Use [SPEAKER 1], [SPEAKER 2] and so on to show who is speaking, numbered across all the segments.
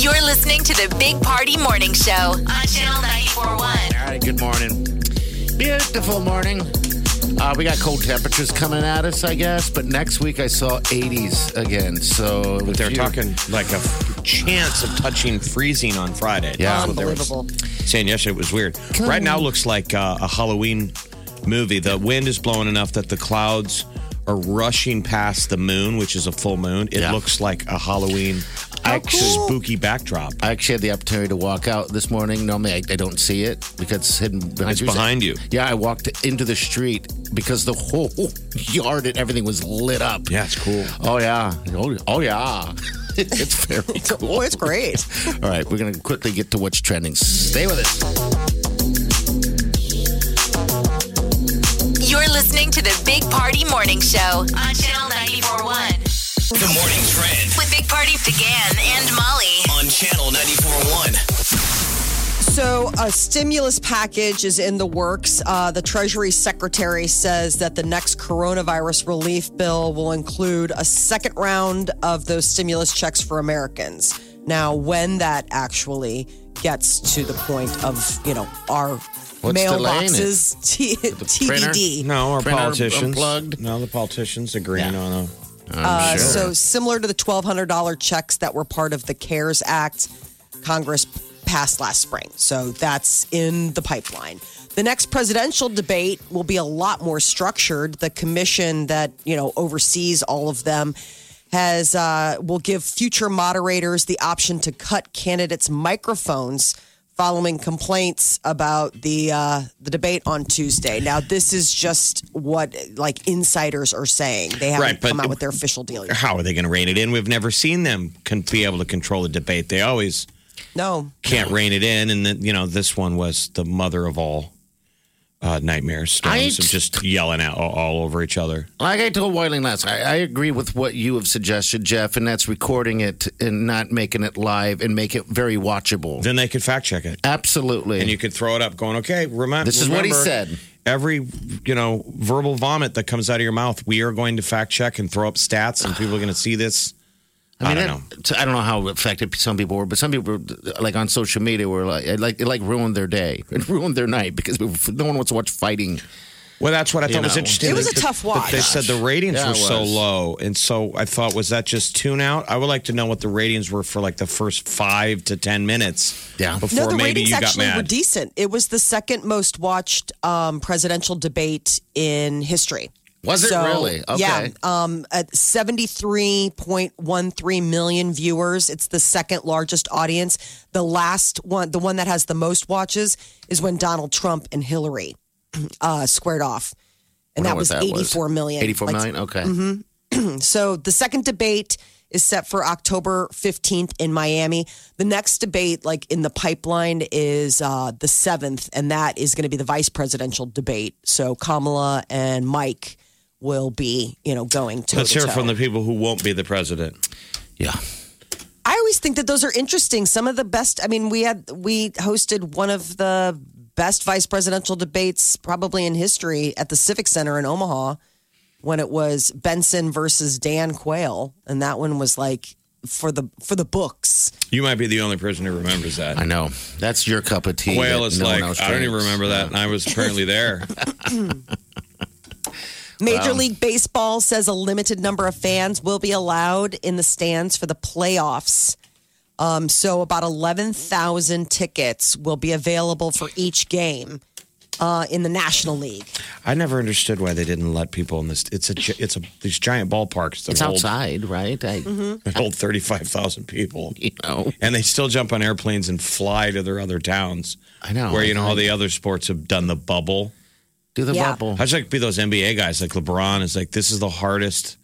[SPEAKER 1] You're listening to the Big Party Morning Show on Channel 941.
[SPEAKER 2] All right, good morning. Beautiful morning. Uh, we got cold temperatures coming at us, I guess, but next week I saw 80s again. So
[SPEAKER 3] But they're
[SPEAKER 2] if you-
[SPEAKER 3] talking like a f- chance of touching freezing on Friday.
[SPEAKER 2] Yeah.
[SPEAKER 3] That's what they were
[SPEAKER 4] Unbelievable.
[SPEAKER 3] saying yesterday it was weird. Right now looks like uh, a Halloween movie. The wind is blowing enough that the clouds are rushing past the moon, which is a full moon. It
[SPEAKER 2] Yeah.
[SPEAKER 3] looks like a Halloween spooky backdrop.
[SPEAKER 2] I actually had the opportunity to walk out this morning. Normally, I, I don't see it because it's hidden behind
[SPEAKER 3] It's
[SPEAKER 2] trees.
[SPEAKER 3] behind you.
[SPEAKER 2] Yeah, I walked into the street because the whole yard and everything was lit up.
[SPEAKER 3] Yeah, it's cool.
[SPEAKER 2] Oh, yeah. Oh, oh yeah. it's very cool.
[SPEAKER 4] Oh, it's great.
[SPEAKER 2] All right, we're going to quickly get to what's trending. Stay with us.
[SPEAKER 1] You're listening to the Big Party Morning Show on Channel 941.
[SPEAKER 5] The morning trend
[SPEAKER 1] With Big Party began and Molly.
[SPEAKER 5] on channel 941.
[SPEAKER 4] So, a stimulus package is in the works. Uh, the Treasury Secretary says that the next coronavirus relief bill will include a second round of those stimulus checks for Americans. Now, when that actually gets to the point of, you know, our
[SPEAKER 2] delaying it?
[SPEAKER 4] mailboxes, t-
[SPEAKER 2] printer?
[SPEAKER 4] TBD.
[SPEAKER 3] No, our
[SPEAKER 2] Printer
[SPEAKER 3] politicians.
[SPEAKER 2] unplugged.
[SPEAKER 3] No, the politicians agreeing
[SPEAKER 2] Yeah.
[SPEAKER 3] on a
[SPEAKER 2] I'm
[SPEAKER 4] Uh,
[SPEAKER 2] sure.
[SPEAKER 4] So similar to the twelve hundred dollar checks that were part of the CARES Act, Congress passed last spring. So that's in the pipeline. The next presidential debate will be a lot more structured. The commission that you know oversees all of them has uh, will give future moderators the option to cut candidates' microphones following complaints about the uh, the debate on Tuesday. Now, this is just what like insiders are saying. They haven't
[SPEAKER 3] Right, but-
[SPEAKER 4] come out with their official deal yet.
[SPEAKER 3] how are they going to rein it in? We've never seen them con- be able to control a debate. They always
[SPEAKER 4] No,
[SPEAKER 3] can't rein it in, and then you know this one was the mother of all uh, nightmares.
[SPEAKER 2] I-
[SPEAKER 3] Storms of just yelling out all, all over each other.
[SPEAKER 2] Like I told Whiting last, I, I agree with what you have suggested, Jeff, and that's recording it and not making it live and make it very watchable.
[SPEAKER 3] Then they could fact check it,
[SPEAKER 2] Absolutely.
[SPEAKER 3] and you could throw it up, going, "Okay, remember
[SPEAKER 2] This is what he said.
[SPEAKER 3] Every you know verbal vomit that comes out of your mouth, we are going to fact check and throw up stats, and people are going to see this. I, don't know.
[SPEAKER 2] that- I don't know how affected some people were, but some people, were, like on social media, were like, it like, it like ruined their day, it ruined their night because no one wants to watch fighting.
[SPEAKER 3] Well, that's what I
[SPEAKER 2] You
[SPEAKER 3] thought was
[SPEAKER 2] know.
[SPEAKER 3] interesting.
[SPEAKER 4] It was
[SPEAKER 3] That-
[SPEAKER 4] a tough
[SPEAKER 3] that They
[SPEAKER 4] watch.
[SPEAKER 3] said the ratings
[SPEAKER 2] Yeah,
[SPEAKER 3] were
[SPEAKER 2] it
[SPEAKER 3] so
[SPEAKER 2] was.
[SPEAKER 3] low, and so I thought, was that just tune out? I would like to know what the ratings were for like the first five to ten minutes.
[SPEAKER 2] Yeah. No,
[SPEAKER 3] before
[SPEAKER 4] no, the
[SPEAKER 3] maybe
[SPEAKER 4] ratings
[SPEAKER 3] you got
[SPEAKER 4] actually were
[SPEAKER 3] mad.
[SPEAKER 4] decent. It was the second most watched um, presidential debate in history.
[SPEAKER 2] Was it
[SPEAKER 4] So,
[SPEAKER 2] really? Okay.
[SPEAKER 4] Yeah, um, at 73.13 million viewers, it's the second largest audience. The last one, the one that has the most watches, is when Donald Trump and Hillary uh, squared off. And that was, eighty-four million.
[SPEAKER 2] 84
[SPEAKER 4] Like, mm-hmm.
[SPEAKER 2] million? Okay.
[SPEAKER 4] so the second debate is set for October 15th in Miami. The next debate, like in the pipeline, is uh, the 7th, and that is going to be the vice presidential debate. So Kamala and Mike will be, you know, going to.
[SPEAKER 3] Let's hear from the people who won't be the president.
[SPEAKER 2] Yeah.
[SPEAKER 4] I always think that those are interesting. Some of the best. I mean, we had we hosted one of the best vice presidential debates probably in history at the Civic Center in Omaha when it was Benson versus Dan Quayle, and that one was like for the for the books.
[SPEAKER 3] You might be the only person who remembers that.
[SPEAKER 2] I know. That's your cup of tea.
[SPEAKER 3] Whale
[SPEAKER 2] that
[SPEAKER 3] is
[SPEAKER 2] no one
[SPEAKER 3] like,
[SPEAKER 2] else
[SPEAKER 3] I don't even
[SPEAKER 2] drinks.
[SPEAKER 3] remember that, and I was apparently there.
[SPEAKER 4] Major League Baseball says a limited number of fans will be allowed in the stands for the playoffs. Um, so about 11,000 tickets will be available for each game uh, in the National League.
[SPEAKER 3] I never understood why they didn't let people in this. It's a gi- it's a these giant ballparks that
[SPEAKER 2] It's
[SPEAKER 3] hold,
[SPEAKER 2] outside, right? I,
[SPEAKER 4] Mm-hmm.
[SPEAKER 3] that hold thirty five thousand people,
[SPEAKER 2] You know.
[SPEAKER 3] and they still jump on airplanes and fly to their other towns.
[SPEAKER 2] I know.
[SPEAKER 3] Where you know all the other sports have done the bubble.
[SPEAKER 2] Do the
[SPEAKER 4] Yeah.
[SPEAKER 2] bubble.
[SPEAKER 3] How'd you like to be those NBA guys like LeBron? Is like this is the hardest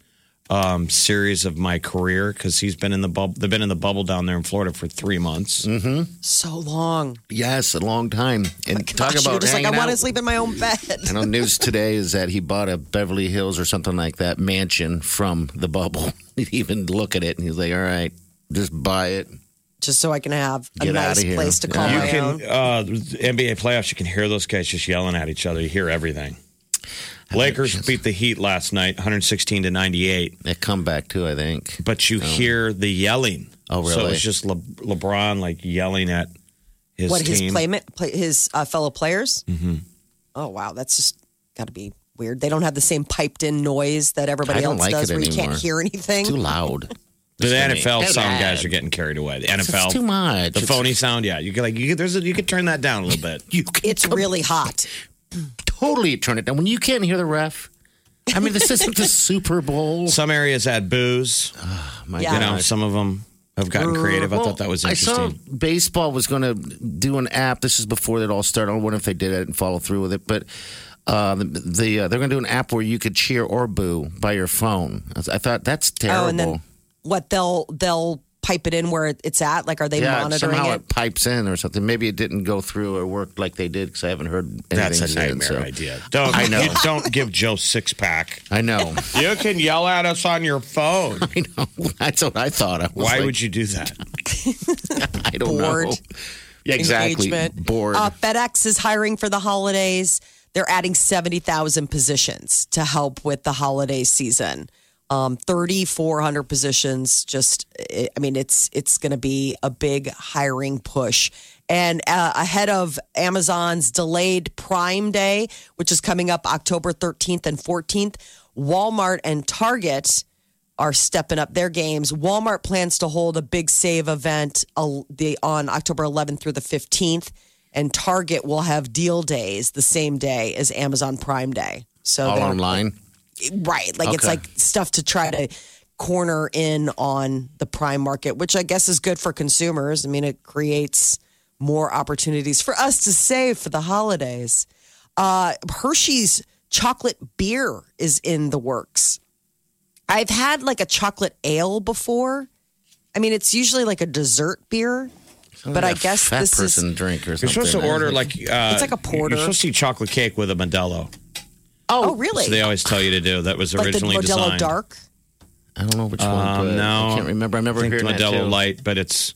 [SPEAKER 3] um, series of my career because he's been in the bubble. They've been in the bubble down there in Florida for three months.
[SPEAKER 4] So long.
[SPEAKER 2] Yes, a long time. And talk
[SPEAKER 4] Gosh, you're
[SPEAKER 2] about
[SPEAKER 4] just like I
[SPEAKER 2] hanging
[SPEAKER 4] want to
[SPEAKER 2] out.
[SPEAKER 4] sleep in my own bed.
[SPEAKER 2] I know news today is that he bought a Beverly Hills or something like that mansion from the bubble. He didn't even look at it and he's like, all right, just buy it.
[SPEAKER 4] just so I can have a
[SPEAKER 2] Get
[SPEAKER 4] nice
[SPEAKER 2] outta here.
[SPEAKER 4] place to call
[SPEAKER 2] Yeah.
[SPEAKER 3] You
[SPEAKER 4] my
[SPEAKER 3] can
[SPEAKER 4] own.
[SPEAKER 3] uh, NBA playoffs. You can hear those guys just yelling at each other. You hear everything. Lakers beat the Heat last night, 116 to 98.
[SPEAKER 2] That comeback, too, I think.
[SPEAKER 3] But you hear the yelling.
[SPEAKER 2] Oh,
[SPEAKER 3] So
[SPEAKER 2] really?
[SPEAKER 3] it's just Le- LeBron like yelling at his
[SPEAKER 4] What his
[SPEAKER 3] team.
[SPEAKER 4] playmate, play, his uh, fellow players? Mm-hmm. Oh wow, that's just got to be weird. They don't have the same piped in noise that everybody
[SPEAKER 2] I don't
[SPEAKER 4] else
[SPEAKER 2] like
[SPEAKER 4] does,
[SPEAKER 2] it
[SPEAKER 4] where you can't
[SPEAKER 2] anymore.
[SPEAKER 4] hear anything.
[SPEAKER 2] Too loud.
[SPEAKER 3] the
[SPEAKER 2] Just
[SPEAKER 3] NFL,
[SPEAKER 2] me.
[SPEAKER 3] some guys are getting carried away. The NFL,
[SPEAKER 2] It's too much.
[SPEAKER 3] the
[SPEAKER 2] It's-
[SPEAKER 3] phony sound. Yeah, you could like you could, there's a, you could turn that down a little bit.
[SPEAKER 2] You can
[SPEAKER 4] It's really hot.
[SPEAKER 2] totally turn it down when you can't hear the ref. I mean, this isn't the Super Bowl. Oh
[SPEAKER 3] Some areas had booze.
[SPEAKER 2] My
[SPEAKER 4] Yeah.
[SPEAKER 3] You know, some of them have gotten creative. I
[SPEAKER 2] Uh, Well,
[SPEAKER 3] thought that was
[SPEAKER 2] I saw
[SPEAKER 3] interesting.
[SPEAKER 2] baseball was going to do an app. This is before it all started. I don't know if they did it and follow through with it, but uh, the, the uh, they're going to do an app where you could cheer or boo by your phone. I, was- I thought that's terrible.
[SPEAKER 4] Oh, and then what they'll they'll pipe it in where it- it's at. Like, are they
[SPEAKER 2] yeah,
[SPEAKER 4] monitoring
[SPEAKER 2] somehow
[SPEAKER 4] it?
[SPEAKER 2] it? pipes in or something. Maybe it didn't go through or work like they did because I haven't heard anything.
[SPEAKER 3] That's a
[SPEAKER 2] since,
[SPEAKER 3] nightmare
[SPEAKER 2] so-
[SPEAKER 3] idea. Don't I know? don't give Joe six pack.
[SPEAKER 2] I know.
[SPEAKER 3] You can yell at us on your phone.
[SPEAKER 2] I know. That's what I thought. I was
[SPEAKER 3] Why
[SPEAKER 2] like,
[SPEAKER 3] would you do that?
[SPEAKER 2] I don't know.
[SPEAKER 4] Bored.
[SPEAKER 2] Yeah, exactly.
[SPEAKER 4] Engagement.
[SPEAKER 2] Bored.
[SPEAKER 4] Uh, FedEx is hiring for the holidays. They're adding seventy thousand positions to help with the holiday season. Um, Thirty four hundred positions. Just, eh, I I mean, it's it's going to be a big hiring push. And uh, ahead of Amazon's delayed Prime Day, which is coming up October thirteenth and fourteenth, Walmart and Target are stepping up their games. Walmart plans to hold a big save event uh, the, on October 11th through the 15th, and Target will have deal days the same day as Amazon Prime Day. So
[SPEAKER 2] all
[SPEAKER 4] they're-
[SPEAKER 2] online.
[SPEAKER 4] right, like it's
[SPEAKER 2] Okay.
[SPEAKER 4] like stuff to try to corner in on the prime market, which I guess is good for consumers. I mean, it creates more opportunities for us to save for the holidays. Uh, Hershey's chocolate beer is in the works. I've had like a chocolate ale before. I mean, it's usually like a dessert beer, but I
[SPEAKER 2] Like a
[SPEAKER 4] guess
[SPEAKER 2] fat
[SPEAKER 4] this
[SPEAKER 2] person
[SPEAKER 4] is
[SPEAKER 2] drink or something.
[SPEAKER 3] You're supposed to order like uh,
[SPEAKER 4] It's like a porter.
[SPEAKER 3] You're supposed to eat chocolate cake with a Modelo.
[SPEAKER 4] oh really
[SPEAKER 3] So they always tell you to do. That was
[SPEAKER 4] like the
[SPEAKER 3] originally
[SPEAKER 4] Modelo
[SPEAKER 3] designed.
[SPEAKER 4] Dark.
[SPEAKER 2] I don't know which
[SPEAKER 3] Um,
[SPEAKER 2] one. But
[SPEAKER 3] no,
[SPEAKER 2] I can't remember. I remember
[SPEAKER 3] I think
[SPEAKER 2] hearing that
[SPEAKER 3] Modelo
[SPEAKER 2] too.
[SPEAKER 3] Light, but it's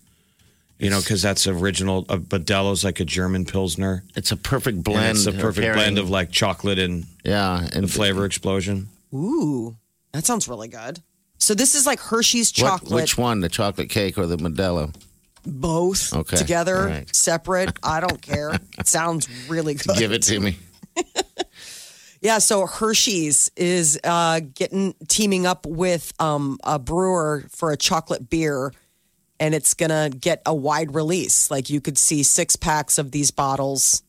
[SPEAKER 3] you know because that's original. Uh, Modelo's like a German pilsner.
[SPEAKER 2] It's a perfect
[SPEAKER 3] And
[SPEAKER 2] blend.
[SPEAKER 3] it's a
[SPEAKER 2] or
[SPEAKER 3] perfect
[SPEAKER 2] pairing.
[SPEAKER 3] blend of like chocolate and
[SPEAKER 2] yeah and
[SPEAKER 3] the flavor explosion.
[SPEAKER 4] Ooh, that sounds really good. So this is like Hershey's
[SPEAKER 2] What-
[SPEAKER 4] chocolate,
[SPEAKER 2] which one, the chocolate cake or the Modelo?
[SPEAKER 4] both
[SPEAKER 2] Okay,
[SPEAKER 4] together,
[SPEAKER 2] all right.
[SPEAKER 4] separate. I don't care. It sounds really good.
[SPEAKER 2] Give it to me.
[SPEAKER 4] Yeah, so Hershey's is uh, getting teaming up with um, a brewer for a chocolate beer, and it's gonna get a wide release. Like you could see six packs of these bottles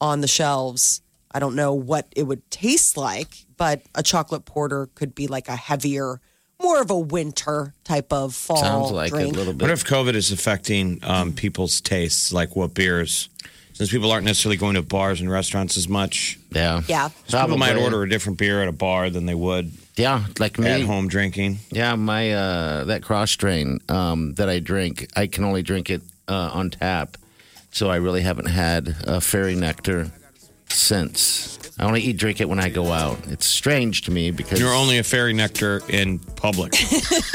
[SPEAKER 4] on the shelves. I don't know what it would taste like, but a chocolate porter could be like a heavier, more of a winter type of fall
[SPEAKER 2] Sounds like
[SPEAKER 4] drink.
[SPEAKER 2] a little
[SPEAKER 3] What
[SPEAKER 2] bit.
[SPEAKER 3] if COVID is affecting um, people's tastes, like what beers? Since people aren't necessarily going to bars and restaurants as much,
[SPEAKER 2] yeah.
[SPEAKER 4] Yeah.
[SPEAKER 3] people might
[SPEAKER 2] Probably.
[SPEAKER 3] order a different beer at a bar than they would
[SPEAKER 2] Yeah, like me.
[SPEAKER 3] at home drinking.
[SPEAKER 2] Yeah, my uh, that cross strain um, that I drink, I can only drink it uh, on tap. So I really haven't had uh, fairy nectar since. I only eat drink it when I go out. It's strange to me because
[SPEAKER 3] You're only a fairy nectar in public. it's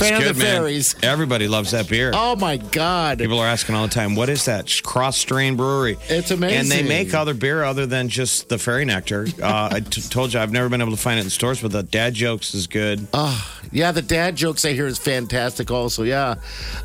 [SPEAKER 2] Fan of
[SPEAKER 3] good,
[SPEAKER 2] the
[SPEAKER 3] man.
[SPEAKER 2] fairies.
[SPEAKER 3] Everybody loves that beer.
[SPEAKER 2] Oh my god!
[SPEAKER 3] People are asking all the time, what is that cross strain brewery?
[SPEAKER 2] It's
[SPEAKER 3] And they
[SPEAKER 2] amazing.
[SPEAKER 3] make other beer other than just the fairy nectar. Uh, I t- told you I've never been able to find it in stores, but the dad jokes is good.
[SPEAKER 2] Yeah, the dad jokes I hear is fantastic. Also, yeah,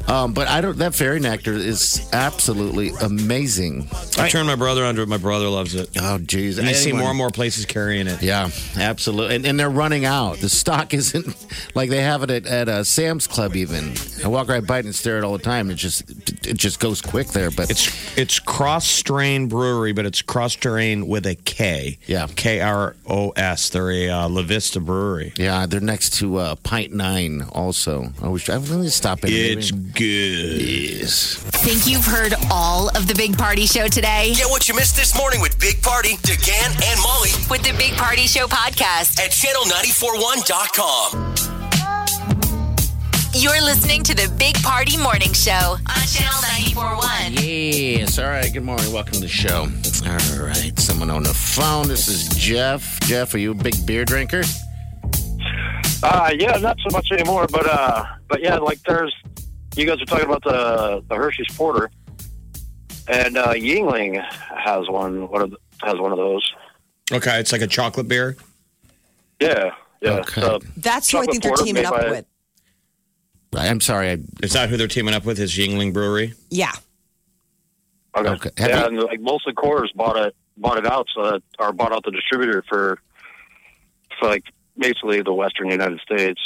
[SPEAKER 2] um, but I don't. That fairy nectar is absolutely amazing.
[SPEAKER 3] I turned my brother onto it. My brother loves it.
[SPEAKER 2] Oh, jeez,
[SPEAKER 3] And you
[SPEAKER 2] I
[SPEAKER 3] see more and more places carrying it.
[SPEAKER 2] Yeah, absolutely, and, and they're running out. The stock isn't like they have it at, at uh, Sam's Club. Even I walk right by it and stare at it all the time. It just it just goes quick there. But
[SPEAKER 3] It's it's cross strain brewery, but it's cross strain with a K.
[SPEAKER 2] Yeah.
[SPEAKER 3] K R O S. They're a uh, La Vista brewery.
[SPEAKER 2] yeah, they're next to uh, pint nine. Also, I was. I really stop it.
[SPEAKER 3] It's good.
[SPEAKER 2] Yes.
[SPEAKER 1] Think you've heard all of the Big Party Show today?
[SPEAKER 5] Get what you missed this morning with Big Party, DeGan, and Molly
[SPEAKER 1] With the Big Party Show podcast,
[SPEAKER 5] at channel941.com.
[SPEAKER 1] you're listening to the Big Party Morning Show on Channel 941.
[SPEAKER 2] Yes. All right. Good morning. Welcome to the show. All right. Someone on the phone. This is Jeff. Jeff, are you a big beer drinker?
[SPEAKER 6] Uh, yeah, not so much anymore, but uh, but yeah, like there's you guys are talking about the the Hershey's Porter, and uh, Yingling has one one of th- has one of those.
[SPEAKER 3] Okay, it's like a chocolate beer.
[SPEAKER 6] Yeah, yeah.
[SPEAKER 2] Okay.
[SPEAKER 6] So,
[SPEAKER 4] That's who I
[SPEAKER 6] Chocolate
[SPEAKER 4] think they're
[SPEAKER 6] porter
[SPEAKER 4] teaming
[SPEAKER 6] made
[SPEAKER 4] up
[SPEAKER 6] by-
[SPEAKER 4] with.
[SPEAKER 2] I'm sorry. I,
[SPEAKER 3] Is that who they're teaming up with? Is Yingling Brewery?
[SPEAKER 4] Yeah.
[SPEAKER 6] okay.
[SPEAKER 2] Okay. Have
[SPEAKER 6] Yeah,
[SPEAKER 2] you-
[SPEAKER 6] and like Molson Coors bought it bought it out, so that, or bought out the distributor for for like basically the Western United States.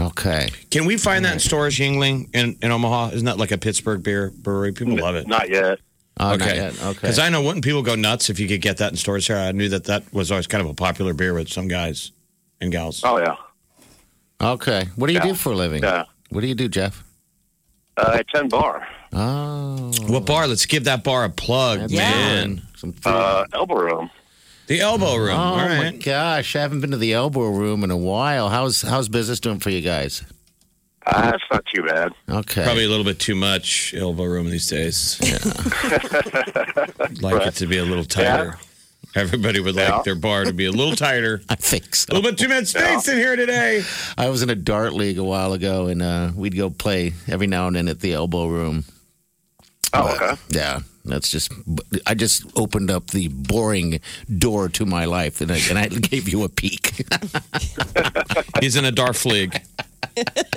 [SPEAKER 2] okay.
[SPEAKER 3] Can we find that in stores, Yingling, in, in Omaha? Isn't that like a Pittsburgh beer brewery? People love it.
[SPEAKER 6] Not yet.
[SPEAKER 2] Oh, not
[SPEAKER 3] okay.
[SPEAKER 2] yet. Okay.
[SPEAKER 3] Because I know, wouldn't people go nuts if you could get that in stores here? I knew that that was always kind of a popular beer with some guys and gals.
[SPEAKER 6] Oh yeah,
[SPEAKER 2] okay. What do you do for a living?
[SPEAKER 6] yeah.
[SPEAKER 2] What do you do, Jeff?
[SPEAKER 6] Uh, at ten bar,
[SPEAKER 2] Oh,
[SPEAKER 3] What bar? Let's give that bar a plug,
[SPEAKER 2] that's
[SPEAKER 3] man.
[SPEAKER 2] good. Some food.
[SPEAKER 6] uh, Elbow Room.
[SPEAKER 3] The Elbow Room.
[SPEAKER 2] oh
[SPEAKER 3] All
[SPEAKER 2] my
[SPEAKER 3] right.
[SPEAKER 2] gosh! I haven't been to the elbow room in a while. How's how's business doing for you guys?
[SPEAKER 6] Uh, it's not too bad.
[SPEAKER 2] Okay.
[SPEAKER 3] Probably a little bit too much Elbow Room these days. I'd like it to be a little tighter. Everybody would like
[SPEAKER 6] Yeah.
[SPEAKER 3] their bar to be a little tighter.
[SPEAKER 2] I think so.
[SPEAKER 3] A little bit too much space in here today.
[SPEAKER 2] I was in a dart league a while ago, and uh, we'd go play every now and then at the elbow room.
[SPEAKER 6] Oh, okay.
[SPEAKER 2] Yeah, that's just. I just opened up the boring door to my life, and I, and I gave you a peek.
[SPEAKER 3] He's in a Darf League.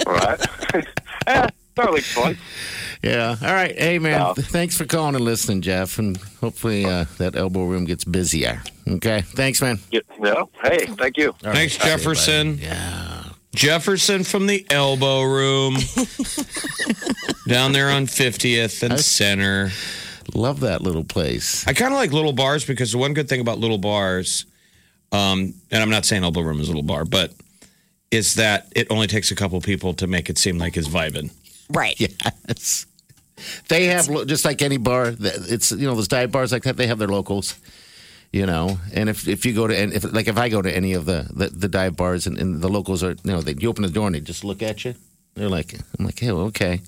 [SPEAKER 6] All right. yeah, totally fun.
[SPEAKER 2] yeah. All right. Hey, man. Thanks for calling and listening, Jeff. And hopefully uh, that elbow room gets busier. Okay. Thanks, man.
[SPEAKER 6] Yeah. yeah. Hey, thank you.
[SPEAKER 2] All
[SPEAKER 3] Thanks,
[SPEAKER 2] right.
[SPEAKER 3] Jefferson. Yeah. Jefferson from the elbow room down there on 50th and Center.
[SPEAKER 2] Love that little place.
[SPEAKER 3] I kind of like little bars because the one good thing about little bars, um, and I'm not saying elbow room is a little bar, but is that it only takes a couple people to make it seem like it's vibing.
[SPEAKER 4] Right.
[SPEAKER 2] Yes. They have lo- just like any bar. th- It's you know those dive bars like that. They have their locals. You know, and if, if you go to and if like if I go to any of the the, the dive bars and, and the locals are you know they you open the door and they just look at you. They're like I'm like hey well, okay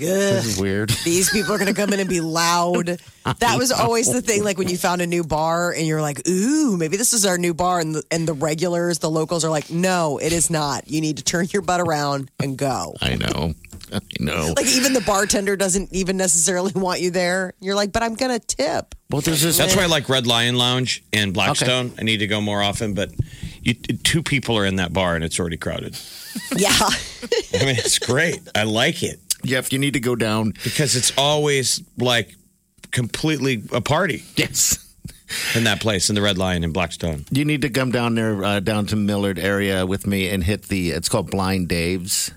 [SPEAKER 4] ugh.
[SPEAKER 2] this is weird.
[SPEAKER 4] these people are going to come in and be loud. That was always the thing. Like when you found a new bar and you're like, ooh, maybe this is our new bar. And the, and the regulars, the locals are like, no, it is not. You need to turn your butt around and go.
[SPEAKER 2] I know, I know.
[SPEAKER 4] Like even the bartender doesn't even necessarily want you there. You're like, but I'm going to tip.
[SPEAKER 2] Well, there's this.
[SPEAKER 4] eh.
[SPEAKER 3] That's why I like Red Lion Lounge and Blackstone. I need to go more often, but you, two people are in that bar and it's already crowded.
[SPEAKER 4] Yeah.
[SPEAKER 3] I mean, it's great. I like it.
[SPEAKER 2] Jeff. You need to go down.
[SPEAKER 3] because it's always like completely a party
[SPEAKER 2] Yes.
[SPEAKER 3] in that place in the Red Lion in Blackstone.
[SPEAKER 2] You need to come down there, uh, down to Millard area with me and hit the. It's called Blind Dave's.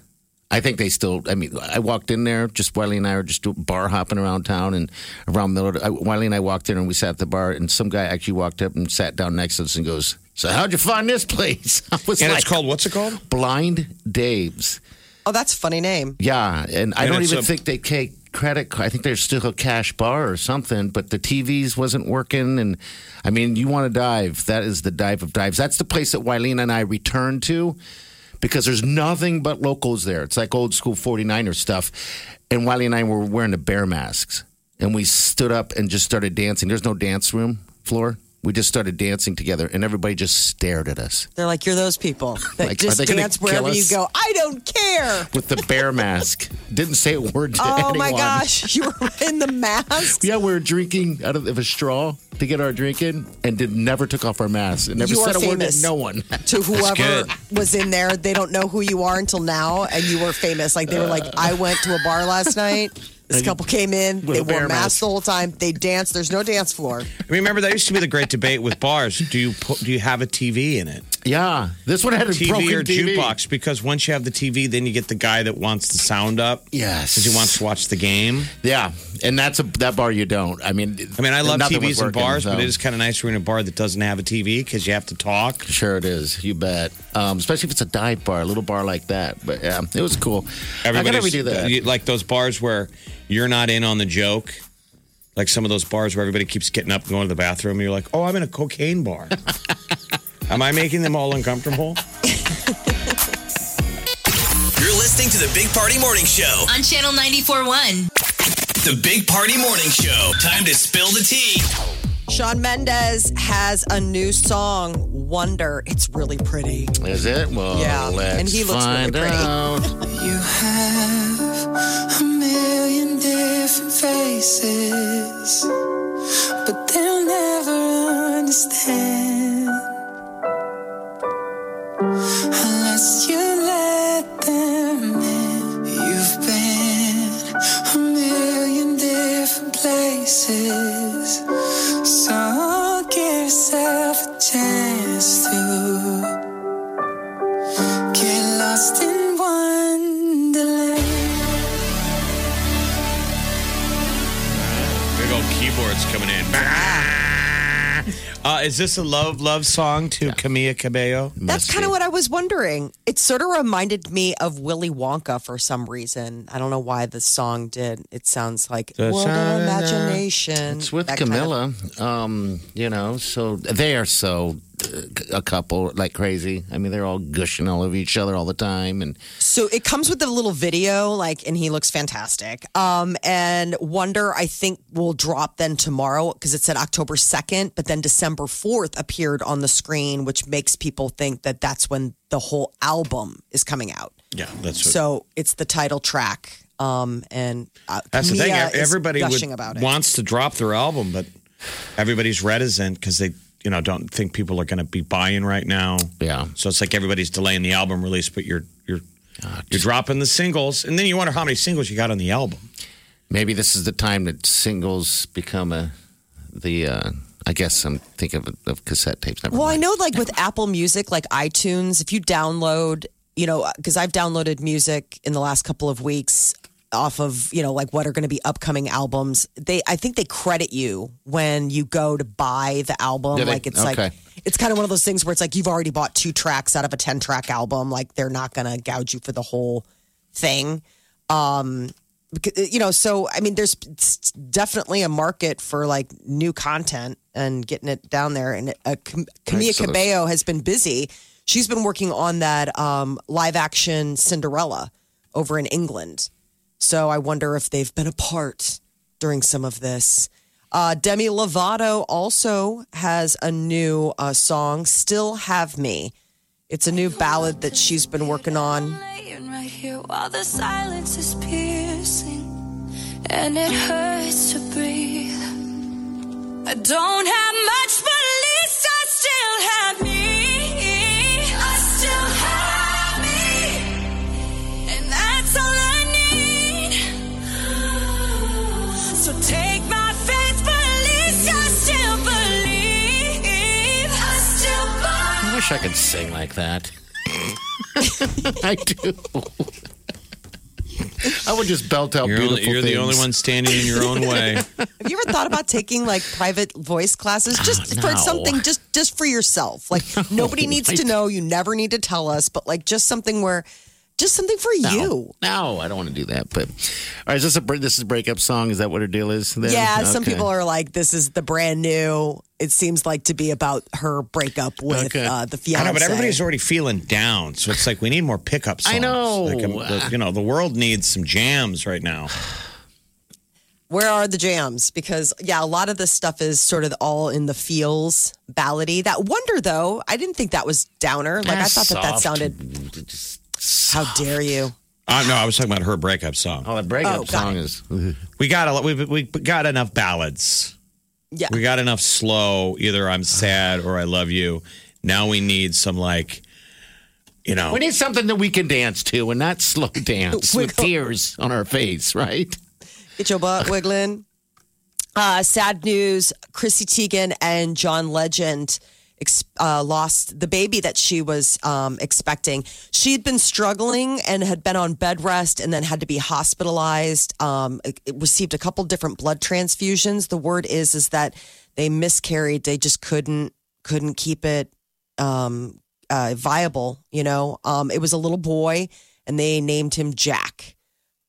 [SPEAKER 2] I think they still. I mean, I walked in there. Just Wiley and I were just do- bar hopping around town and around Millard. I, Wiley and I walked in and we sat at the bar, and some guy actually walked up and sat down next to us and goes, "So how'd you find this place?" I was
[SPEAKER 3] And
[SPEAKER 2] like,
[SPEAKER 3] it's called what's it called?
[SPEAKER 2] Blind Dave's.
[SPEAKER 4] Oh, that's a funny name.
[SPEAKER 2] Yeah, and I
[SPEAKER 3] And
[SPEAKER 2] don't
[SPEAKER 3] it's
[SPEAKER 2] even
[SPEAKER 3] a-
[SPEAKER 2] think they take credit. ca- I think there's still a cash bar or something, but the TVs wasn't working. And I mean, you want to dive? That is the dive of dives. That's the place that Wileen and I returned to because there's nothing but locals there. It's like old school 49er stuff. And Wiley and I were wearing the bear masks, and we stood up and just started dancing. There's no dance room floor. We just started dancing together, and everybody just stared at us
[SPEAKER 4] They're like, you're those people that
[SPEAKER 2] Like, are
[SPEAKER 4] just
[SPEAKER 2] they gonna
[SPEAKER 4] dance
[SPEAKER 2] kill
[SPEAKER 4] wherever you
[SPEAKER 2] us?
[SPEAKER 4] go. I don't care.
[SPEAKER 2] with the bear mask. Didn't say a word to
[SPEAKER 4] Oh
[SPEAKER 2] anyone.
[SPEAKER 4] my gosh. You were in the mask.
[SPEAKER 2] Yeah, we were drinking out of, of a straw to get our drink in, and did never took off our masks and never
[SPEAKER 4] You are
[SPEAKER 2] said a word to
[SPEAKER 4] famous.
[SPEAKER 2] no one.
[SPEAKER 4] to whoever
[SPEAKER 3] good.
[SPEAKER 4] was in there. They don't know who you are until now, and you were famous. Like they were like, I went to a bar last night. This couple came in.
[SPEAKER 2] With
[SPEAKER 4] They
[SPEAKER 2] a bear
[SPEAKER 4] wore masks
[SPEAKER 2] mask.
[SPEAKER 4] the whole time. They danced. There's no dance floor.
[SPEAKER 3] I mean, remember that used to be the great debate with bars. Do you put, do you have a TV in it?
[SPEAKER 2] Yeah, this one had a broken
[SPEAKER 3] TV or
[SPEAKER 2] TV.
[SPEAKER 3] jukebox because once you have the TV, then you get the guy that wants the sound up.
[SPEAKER 2] Yes.
[SPEAKER 3] Because he wants to watch the game.
[SPEAKER 2] Yeah, and that's a that bar you don't. I mean,
[SPEAKER 3] I mean, I love
[SPEAKER 2] nothing was
[SPEAKER 3] TVs and
[SPEAKER 2] working,
[SPEAKER 3] bars,
[SPEAKER 2] so-
[SPEAKER 3] but it is kind of nice when you're in a bar that doesn't have a TV because you have to talk.
[SPEAKER 2] Sure, it is. You bet. Um, especially if it's a dive bar, a little bar like that. But yeah, it was cool. I gotta
[SPEAKER 3] Everybody's
[SPEAKER 2] redo that.
[SPEAKER 3] you- Like those bars where you're not in on the joke. Like some of those bars where everybody keeps getting up and going to the bathroom. And you're like, oh, I'm in a cocaine bar. Am I making them all uncomfortable?
[SPEAKER 5] You're listening to the Big Party Morning Show.
[SPEAKER 1] on Channel 94.1.
[SPEAKER 5] The Big Party Morning Show. Time to spill the tea.
[SPEAKER 4] Sean Mendez has a new song, Wonder. It's really pretty.
[SPEAKER 2] Is it? Well,
[SPEAKER 4] Yeah,
[SPEAKER 2] let's
[SPEAKER 4] and he looks really
[SPEAKER 2] find
[SPEAKER 4] pretty.
[SPEAKER 2] out.
[SPEAKER 7] You have a million different faces, but they'll never understand unless you let them in. You've been a million different places, so give yourself a chance to. Get lost in wonderland.
[SPEAKER 3] Big old keyboards coming in. Uh, is this a love, love song to Camilla Cabello?
[SPEAKER 4] That's kind of what I was wondering. It sort of reminded me of Willy Wonka for some reason. I don't know why the song did. It sounds like World of
[SPEAKER 3] sound of-
[SPEAKER 4] Imagination.
[SPEAKER 2] It's with
[SPEAKER 4] that kind of-
[SPEAKER 2] Camilla. um, you know, so they are so uh, a couple like crazy. I mean, they're all gushing all over each other all the time, and
[SPEAKER 4] So it comes with a little video, like, and he looks fantastic. Um, and Wonder, I think, will drop then tomorrow because it said October 2nd, but then December 4th appeared on the screen, which makes people think that that's when the whole album is coming out.
[SPEAKER 3] Yeah, that's what.
[SPEAKER 4] So it's the title track. Um, and uh,
[SPEAKER 3] That's the thing.
[SPEAKER 4] Mia
[SPEAKER 3] ev-
[SPEAKER 4] is
[SPEAKER 3] Everybody would-
[SPEAKER 4] gushing about it.
[SPEAKER 3] wants to drop their album, but everybody's reticent because they, you know, don't think people are going to be buying right now.
[SPEAKER 2] Yeah.
[SPEAKER 3] So it's like everybody's delaying the album release, but you're you're
[SPEAKER 2] Ah,
[SPEAKER 3] you're dropping the singles, and then you wonder how many singles you got on the album.
[SPEAKER 2] maybe this is the time that singles become a the. Uh, I guess I'm thinking of, of cassette tapes. Never
[SPEAKER 4] Well, I
[SPEAKER 2] mind.
[SPEAKER 4] know, like with Apple Music, like iTunes, if you download, you know, because I've downloaded music in the last couple of weeks off of, you know, like what are going to be upcoming albums. They, I think they credit you when you go to buy the album.
[SPEAKER 2] Do they?
[SPEAKER 4] Like it's
[SPEAKER 2] Okay.
[SPEAKER 4] like, it's kind of one of those things where it's like you've already bought two tracks out of a 10 track album. Like they're not going to gouge you for the whole thing. Um, becau- you know, so I mean, there's it's definitely a market for like new content and getting it down there. And uh, Cam- Camilla
[SPEAKER 2] Excellent.
[SPEAKER 4] Cabello has been busy. She's been working on that um, live action Cinderella over in England. So I wonder if they've been apart during some of this. Uh, Demi Lovato also has a new uh, song, Still Have Me. It's a new ballad that she's been working on.
[SPEAKER 7] Laying right here while the silence is piercing, and it hurts to breathe. I don't have much, but at least I still have me. I still have me, and that's all I need. So take my faith, but at least I still believe. I still
[SPEAKER 2] I
[SPEAKER 7] believe.
[SPEAKER 2] wish I could sing like that. I do. I would just belt out
[SPEAKER 3] You're,
[SPEAKER 2] Oh, beautiful
[SPEAKER 3] only, you're the
[SPEAKER 2] things.
[SPEAKER 3] only one standing in your own way.
[SPEAKER 4] Have you ever thought about taking like private voice classes just
[SPEAKER 2] Oh,
[SPEAKER 4] for
[SPEAKER 2] no.
[SPEAKER 4] something just just for yourself? Like nobody needs to
[SPEAKER 2] I-
[SPEAKER 4] know, you never need to tell us, but like just something where just something for
[SPEAKER 2] No.
[SPEAKER 4] you.
[SPEAKER 2] No, I don't want to do that. But all right, is this a break? This is a breakup song. Is that what her deal is? then?
[SPEAKER 4] Yeah, some
[SPEAKER 2] Okay.
[SPEAKER 4] people are like this is the brand new. It seems like to be about her breakup with
[SPEAKER 2] Okay.
[SPEAKER 4] uh, the
[SPEAKER 3] I
[SPEAKER 4] fiance.
[SPEAKER 3] know, but everybody's already feeling down, so it's like we need more pickup songs.
[SPEAKER 2] I know.
[SPEAKER 3] Like, um, the- you know, the world needs some jams right now.
[SPEAKER 4] Where are the jams? Because yeah, a lot of this stuff is sort of all in the feels ballady. That wonder though, I didn't think that was downer. Like I
[SPEAKER 2] Ah,
[SPEAKER 4] thought that that
[SPEAKER 2] soft.
[SPEAKER 4] sounded. How dare you?
[SPEAKER 3] Uh, no, I was talking about her breakup song.
[SPEAKER 2] Oh, that breakup
[SPEAKER 4] Oh, got
[SPEAKER 2] song is.
[SPEAKER 3] We got a we we got enough ballads.
[SPEAKER 4] Yeah.
[SPEAKER 3] We got enough slow. Either I'm sad or I love you. Now we need some like, you know,
[SPEAKER 2] We need something that we can dance to and not slow dance with tears on our face, right?
[SPEAKER 4] Get your butt wiggling. Uh, sad news Chrissy Teigen and John Legend ex- uh, lost the baby that she was um, expecting. She'd been struggling and had been on bed rest and then had to be hospitalized. Um, it- it received a couple different blood transfusions. The word is is that they miscarried. They just couldn't couldn't keep it um, uh, viable. You know, um, it was a little boy, and they named him Jack.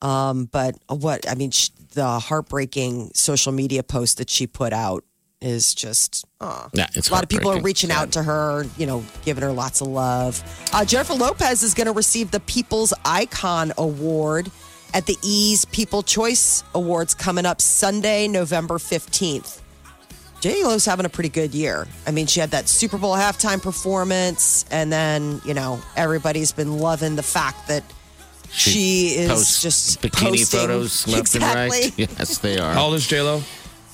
[SPEAKER 4] Um, but what I mean, sh- the heartbreaking social media post that she put out is just aw.
[SPEAKER 2] Yeah, it's
[SPEAKER 4] a lot of people are
[SPEAKER 2] heartbreaking.
[SPEAKER 4] reaching out to her, you know, giving her lots of love. Uh, Jennifer Lopez is going to receive the People's Icon Award at the E's People Choice Awards coming up Sunday, November fifteenth. J Lo's having a pretty good year. I mean, she had that Super Bowl halftime performance, and then you know everybody's been loving the fact that she, is
[SPEAKER 2] Posts
[SPEAKER 4] just
[SPEAKER 2] bikini
[SPEAKER 4] posting-
[SPEAKER 2] photos left
[SPEAKER 4] exactly.
[SPEAKER 2] and right. Yes, they are.
[SPEAKER 3] How old is J Lo?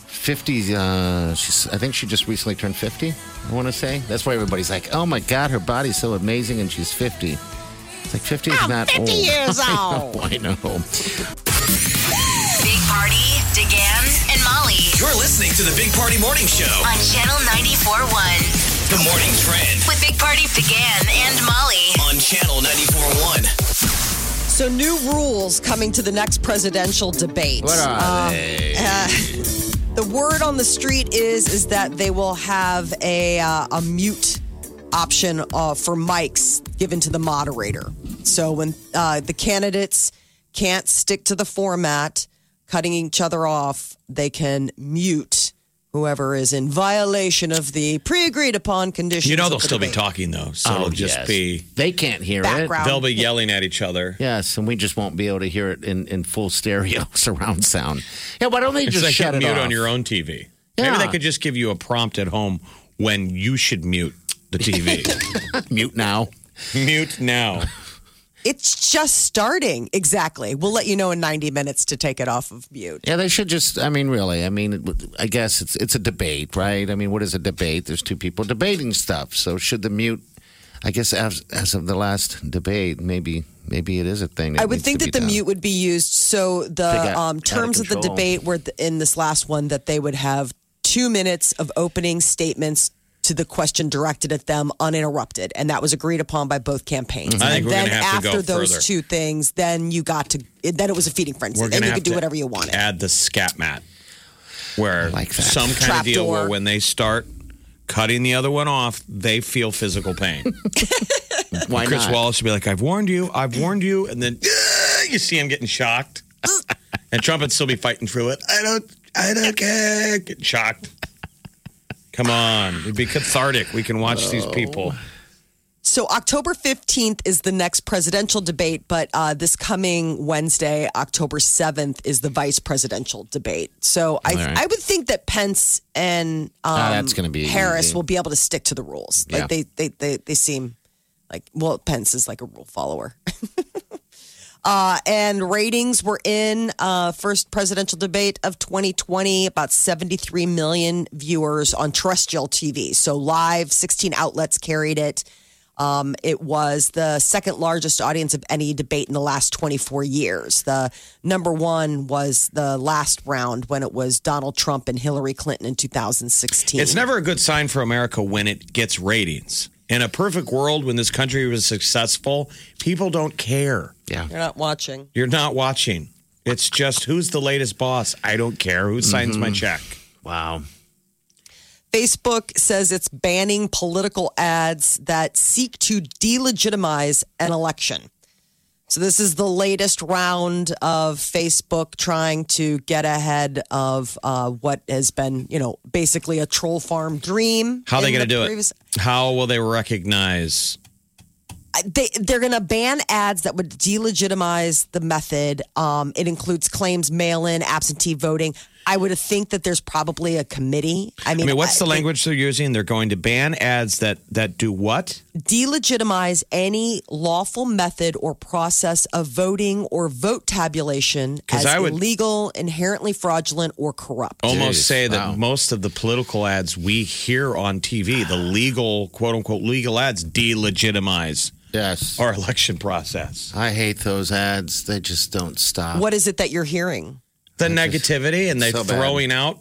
[SPEAKER 2] 50 uh she's i think she just recently turned 50 i want to say that's why everybody's like oh my god her body's so amazing and she's 50 it's like 50 is not 50 old.
[SPEAKER 4] years
[SPEAKER 2] oh i know
[SPEAKER 1] Big Party, DeGan, and Molly
[SPEAKER 5] You're listening to the Big Party Morning Show.
[SPEAKER 1] on Channel 94.1
[SPEAKER 5] The Morning Trend
[SPEAKER 1] with Big Party, DeGan, and Molly.
[SPEAKER 5] on Channel 94.1.
[SPEAKER 4] So new rules coming to the next presidential debate.
[SPEAKER 2] what are they
[SPEAKER 4] Uh, the word on the street is is that they will have a uh, a mute option uh, for mics given to the moderator. So when uh, the candidates can't stick to the format, cutting each other off, they can mute whoever is in violation of the pre-agreed upon conditions.
[SPEAKER 3] You know
[SPEAKER 4] of
[SPEAKER 3] they'll
[SPEAKER 4] the
[SPEAKER 3] still be
[SPEAKER 4] debate.
[SPEAKER 3] talking though, so it'll just
[SPEAKER 2] Oh, yes.
[SPEAKER 3] be
[SPEAKER 2] they can't hear
[SPEAKER 4] Background.
[SPEAKER 2] it
[SPEAKER 3] they'll be yelling at each other.
[SPEAKER 2] yes and we just won't be able to hear it in in full stereo surround sound yeah why don't they
[SPEAKER 3] It's
[SPEAKER 2] just
[SPEAKER 3] like
[SPEAKER 2] shut
[SPEAKER 3] you
[SPEAKER 2] it
[SPEAKER 3] mute
[SPEAKER 2] off
[SPEAKER 3] on your own TV.
[SPEAKER 2] Yeah.
[SPEAKER 3] Maybe they could just give you a prompt at home when you should mute the TV.
[SPEAKER 2] mute now
[SPEAKER 3] mute now.
[SPEAKER 4] It's just starting. Exactly. We'll let you know in 90 minutes to take it off of mute.
[SPEAKER 2] Yeah, they should just. I mean, really. I mean, I guess it's it's a debate, right? I mean, what is a debate? There's two people debating stuff. So should the mute? I guess as, as of the last debate, maybe maybe it is a thing.
[SPEAKER 4] I would think that the mute would be used. So
[SPEAKER 2] They
[SPEAKER 4] the
[SPEAKER 2] got out
[SPEAKER 4] um,
[SPEAKER 2] of
[SPEAKER 4] terms of the
[SPEAKER 2] control.
[SPEAKER 4] debate were th- in this last one that they would have two minutes of opening statements to the question directed at them uninterrupted, and that was agreed upon by both campaigns.
[SPEAKER 3] Mm-hmm. I think
[SPEAKER 4] and
[SPEAKER 3] we're
[SPEAKER 4] then
[SPEAKER 3] gonna have to
[SPEAKER 4] after
[SPEAKER 3] go
[SPEAKER 4] those
[SPEAKER 3] further.
[SPEAKER 4] two things, then you got to it- then it was a feeding frenzy,
[SPEAKER 3] We're
[SPEAKER 4] and
[SPEAKER 3] gonna
[SPEAKER 4] you
[SPEAKER 3] have
[SPEAKER 4] could do
[SPEAKER 3] to
[SPEAKER 4] whatever you wanted.
[SPEAKER 3] Add the scat mat, where
[SPEAKER 2] like that.
[SPEAKER 3] some kind of
[SPEAKER 4] Trap
[SPEAKER 3] deal
[SPEAKER 4] door.
[SPEAKER 3] where when they start cutting the other one off, they feel physical pain.
[SPEAKER 2] Why
[SPEAKER 3] Chris
[SPEAKER 2] not?
[SPEAKER 3] Wallace would be like, "I've warned you, I've warned you," and then "Ah," you see him getting shocked, and Trump would still be fighting through it. I don't, I don't care. Getting shocked. Come on, it'd be cathartic. We can watch these people.
[SPEAKER 4] Oh. So October 15th is the next presidential debate, but uh, this coming Wednesday, October 7th, is the vice presidential debate. So I,
[SPEAKER 2] right.
[SPEAKER 4] I would think that Pence and um,
[SPEAKER 2] Ah, that's gonna be
[SPEAKER 4] Harris
[SPEAKER 2] easy.
[SPEAKER 4] will be able to stick to the rules.
[SPEAKER 2] Yeah.
[SPEAKER 4] Like they, they, they, they seem like, well, Pence is like a rule follower. Uh, and ratings were in uh, first presidential debate of 2020 about 73 million viewers on terrestrial tv so live 16 outlets carried it um, it was the second largest audience of any debate in the last 24 years the number one was the last round when it was donald trump and hillary clinton in 2016
[SPEAKER 3] It's never a good sign for America when it gets ratings. In a perfect world, when this country was successful, people don't care.
[SPEAKER 2] Yeah.
[SPEAKER 4] you're not watching
[SPEAKER 3] You're not watching. It's just who's the latest boss. I don't care who signs
[SPEAKER 4] Mm-hmm.
[SPEAKER 3] my check.
[SPEAKER 2] Wow.
[SPEAKER 4] Facebook says it's banning political ads that seek to delegitimize an election. So, this is the latest round of Facebook trying to get ahead of uh, what has been, you know, basically a troll farm dream.
[SPEAKER 3] How are they
[SPEAKER 4] in
[SPEAKER 3] going to
[SPEAKER 4] the
[SPEAKER 3] do
[SPEAKER 4] previous-
[SPEAKER 3] it? How will they recognize?
[SPEAKER 4] uh, they they're going to ban ads that would delegitimize the method. Um, it includes claims, mail-in, absentee voting. I would think that there's probably a committee. I
[SPEAKER 3] I
[SPEAKER 4] mean,
[SPEAKER 3] mean, what's the
[SPEAKER 4] I-
[SPEAKER 3] language they're using? They're going to ban ads that that do what?
[SPEAKER 4] delegitimize any lawful method or process of voting or vote tabulation
[SPEAKER 3] 'Cause
[SPEAKER 4] as
[SPEAKER 3] I would-
[SPEAKER 4] illegal, inherently fraudulent, or corrupt.
[SPEAKER 3] Almost
[SPEAKER 2] Jeez,
[SPEAKER 3] say that
[SPEAKER 2] wow.
[SPEAKER 3] most of the political ads we hear on TV, the legal quote unquote legal ads, delegitimize
[SPEAKER 2] Yes.
[SPEAKER 3] our election process.
[SPEAKER 2] I hate those ads. They
[SPEAKER 3] Ah.
[SPEAKER 2] just don't stop.
[SPEAKER 4] What is it that you're hearing?
[SPEAKER 3] the negativity and they're
[SPEAKER 2] so bad.
[SPEAKER 3] throwing out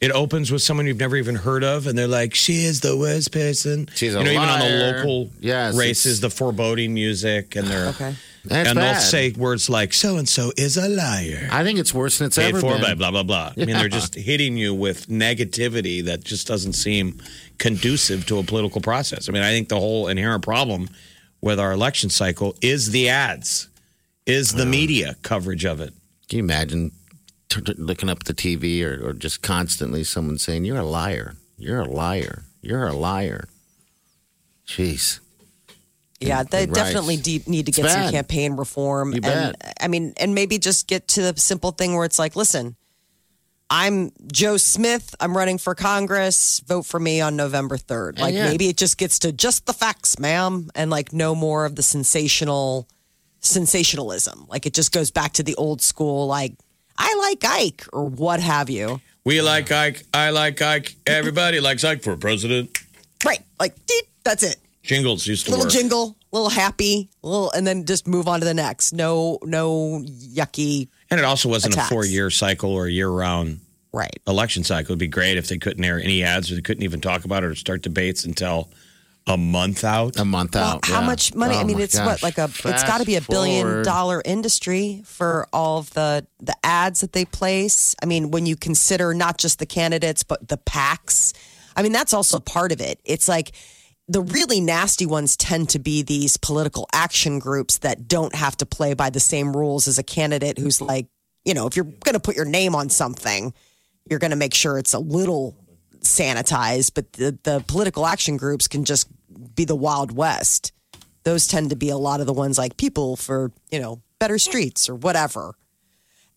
[SPEAKER 3] It opens with someone you've never even heard of, and they're like, "She is the worst person."
[SPEAKER 2] She's a
[SPEAKER 3] you know, even on the
[SPEAKER 2] liar.
[SPEAKER 3] local
[SPEAKER 2] Yes, it's-
[SPEAKER 3] races, the foreboding music, and they're
[SPEAKER 4] Okay.
[SPEAKER 2] That's
[SPEAKER 3] and they'll
[SPEAKER 2] bad.
[SPEAKER 3] say words like "so and so is a liar,"
[SPEAKER 2] I think it's worse than it's
[SPEAKER 3] paid
[SPEAKER 2] ever
[SPEAKER 3] for
[SPEAKER 2] been.
[SPEAKER 3] by blah blah blah. I mean, they're just hitting you with negativity that just doesn't seem conducive to a political process. I mean, I think the whole inherent problem with our election cycle is the ads, is the media coverage of it.
[SPEAKER 2] Can you imagine t- t- looking up at the TV or, or just constantly someone saying, You're a liar. You're a liar. You're a liar. Jeez.
[SPEAKER 4] Yeah, they
[SPEAKER 2] Right.
[SPEAKER 4] definitely de- need to
[SPEAKER 2] It's
[SPEAKER 4] get some
[SPEAKER 2] bad.
[SPEAKER 4] campaign reform.
[SPEAKER 2] You
[SPEAKER 4] and
[SPEAKER 2] bet.
[SPEAKER 4] I mean, and maybe just get to the simple thing where it's like, listen, I'm Joe Smith. I'm running for Congress. Vote for me on November 3rd. Like,
[SPEAKER 2] yeah.
[SPEAKER 4] maybe it just gets to just the facts, ma'am, and like no more of the sensational sensationalism. Like, it just goes back to the old school, like, I like Ike or what have you.
[SPEAKER 3] We like Ike. I like Ike. Everybody likes Ike for president.
[SPEAKER 4] Right. Like, deet, that's it.
[SPEAKER 3] Jingles used to
[SPEAKER 4] little
[SPEAKER 3] work.
[SPEAKER 4] jingle, little happy, little, and then just move on to the next. No, no yucky.
[SPEAKER 3] and it also wasn't
[SPEAKER 4] Attacks.
[SPEAKER 3] a four-year cycle or a year-round
[SPEAKER 4] Right.
[SPEAKER 3] election cycle. It'd be great if they couldn't air any ads or they couldn't even talk about it or start debates until a month out.
[SPEAKER 2] A month
[SPEAKER 4] Well,
[SPEAKER 2] out.
[SPEAKER 4] how
[SPEAKER 2] Oh, yeah.
[SPEAKER 4] much money? I
[SPEAKER 2] Oh,
[SPEAKER 4] mean,
[SPEAKER 2] my
[SPEAKER 4] it's
[SPEAKER 2] gosh.
[SPEAKER 4] what like a. it's got to be a
[SPEAKER 2] Fast
[SPEAKER 4] billion
[SPEAKER 2] forward.
[SPEAKER 4] dollar industry for all of the the ads that they place. I mean, when you consider not just the candidates but the packs, I mean that's also part of it. It's like the really nasty ones tend to be these political action groups that don't have to play by the same rules as a candidate who's like, you know, if you're going to put your name on something, you're going to make sure it's a little sanitized, but the, the political action groups can just be the Wild West. Those tend to be a lot of the ones like people for, you know, better streets or whatever.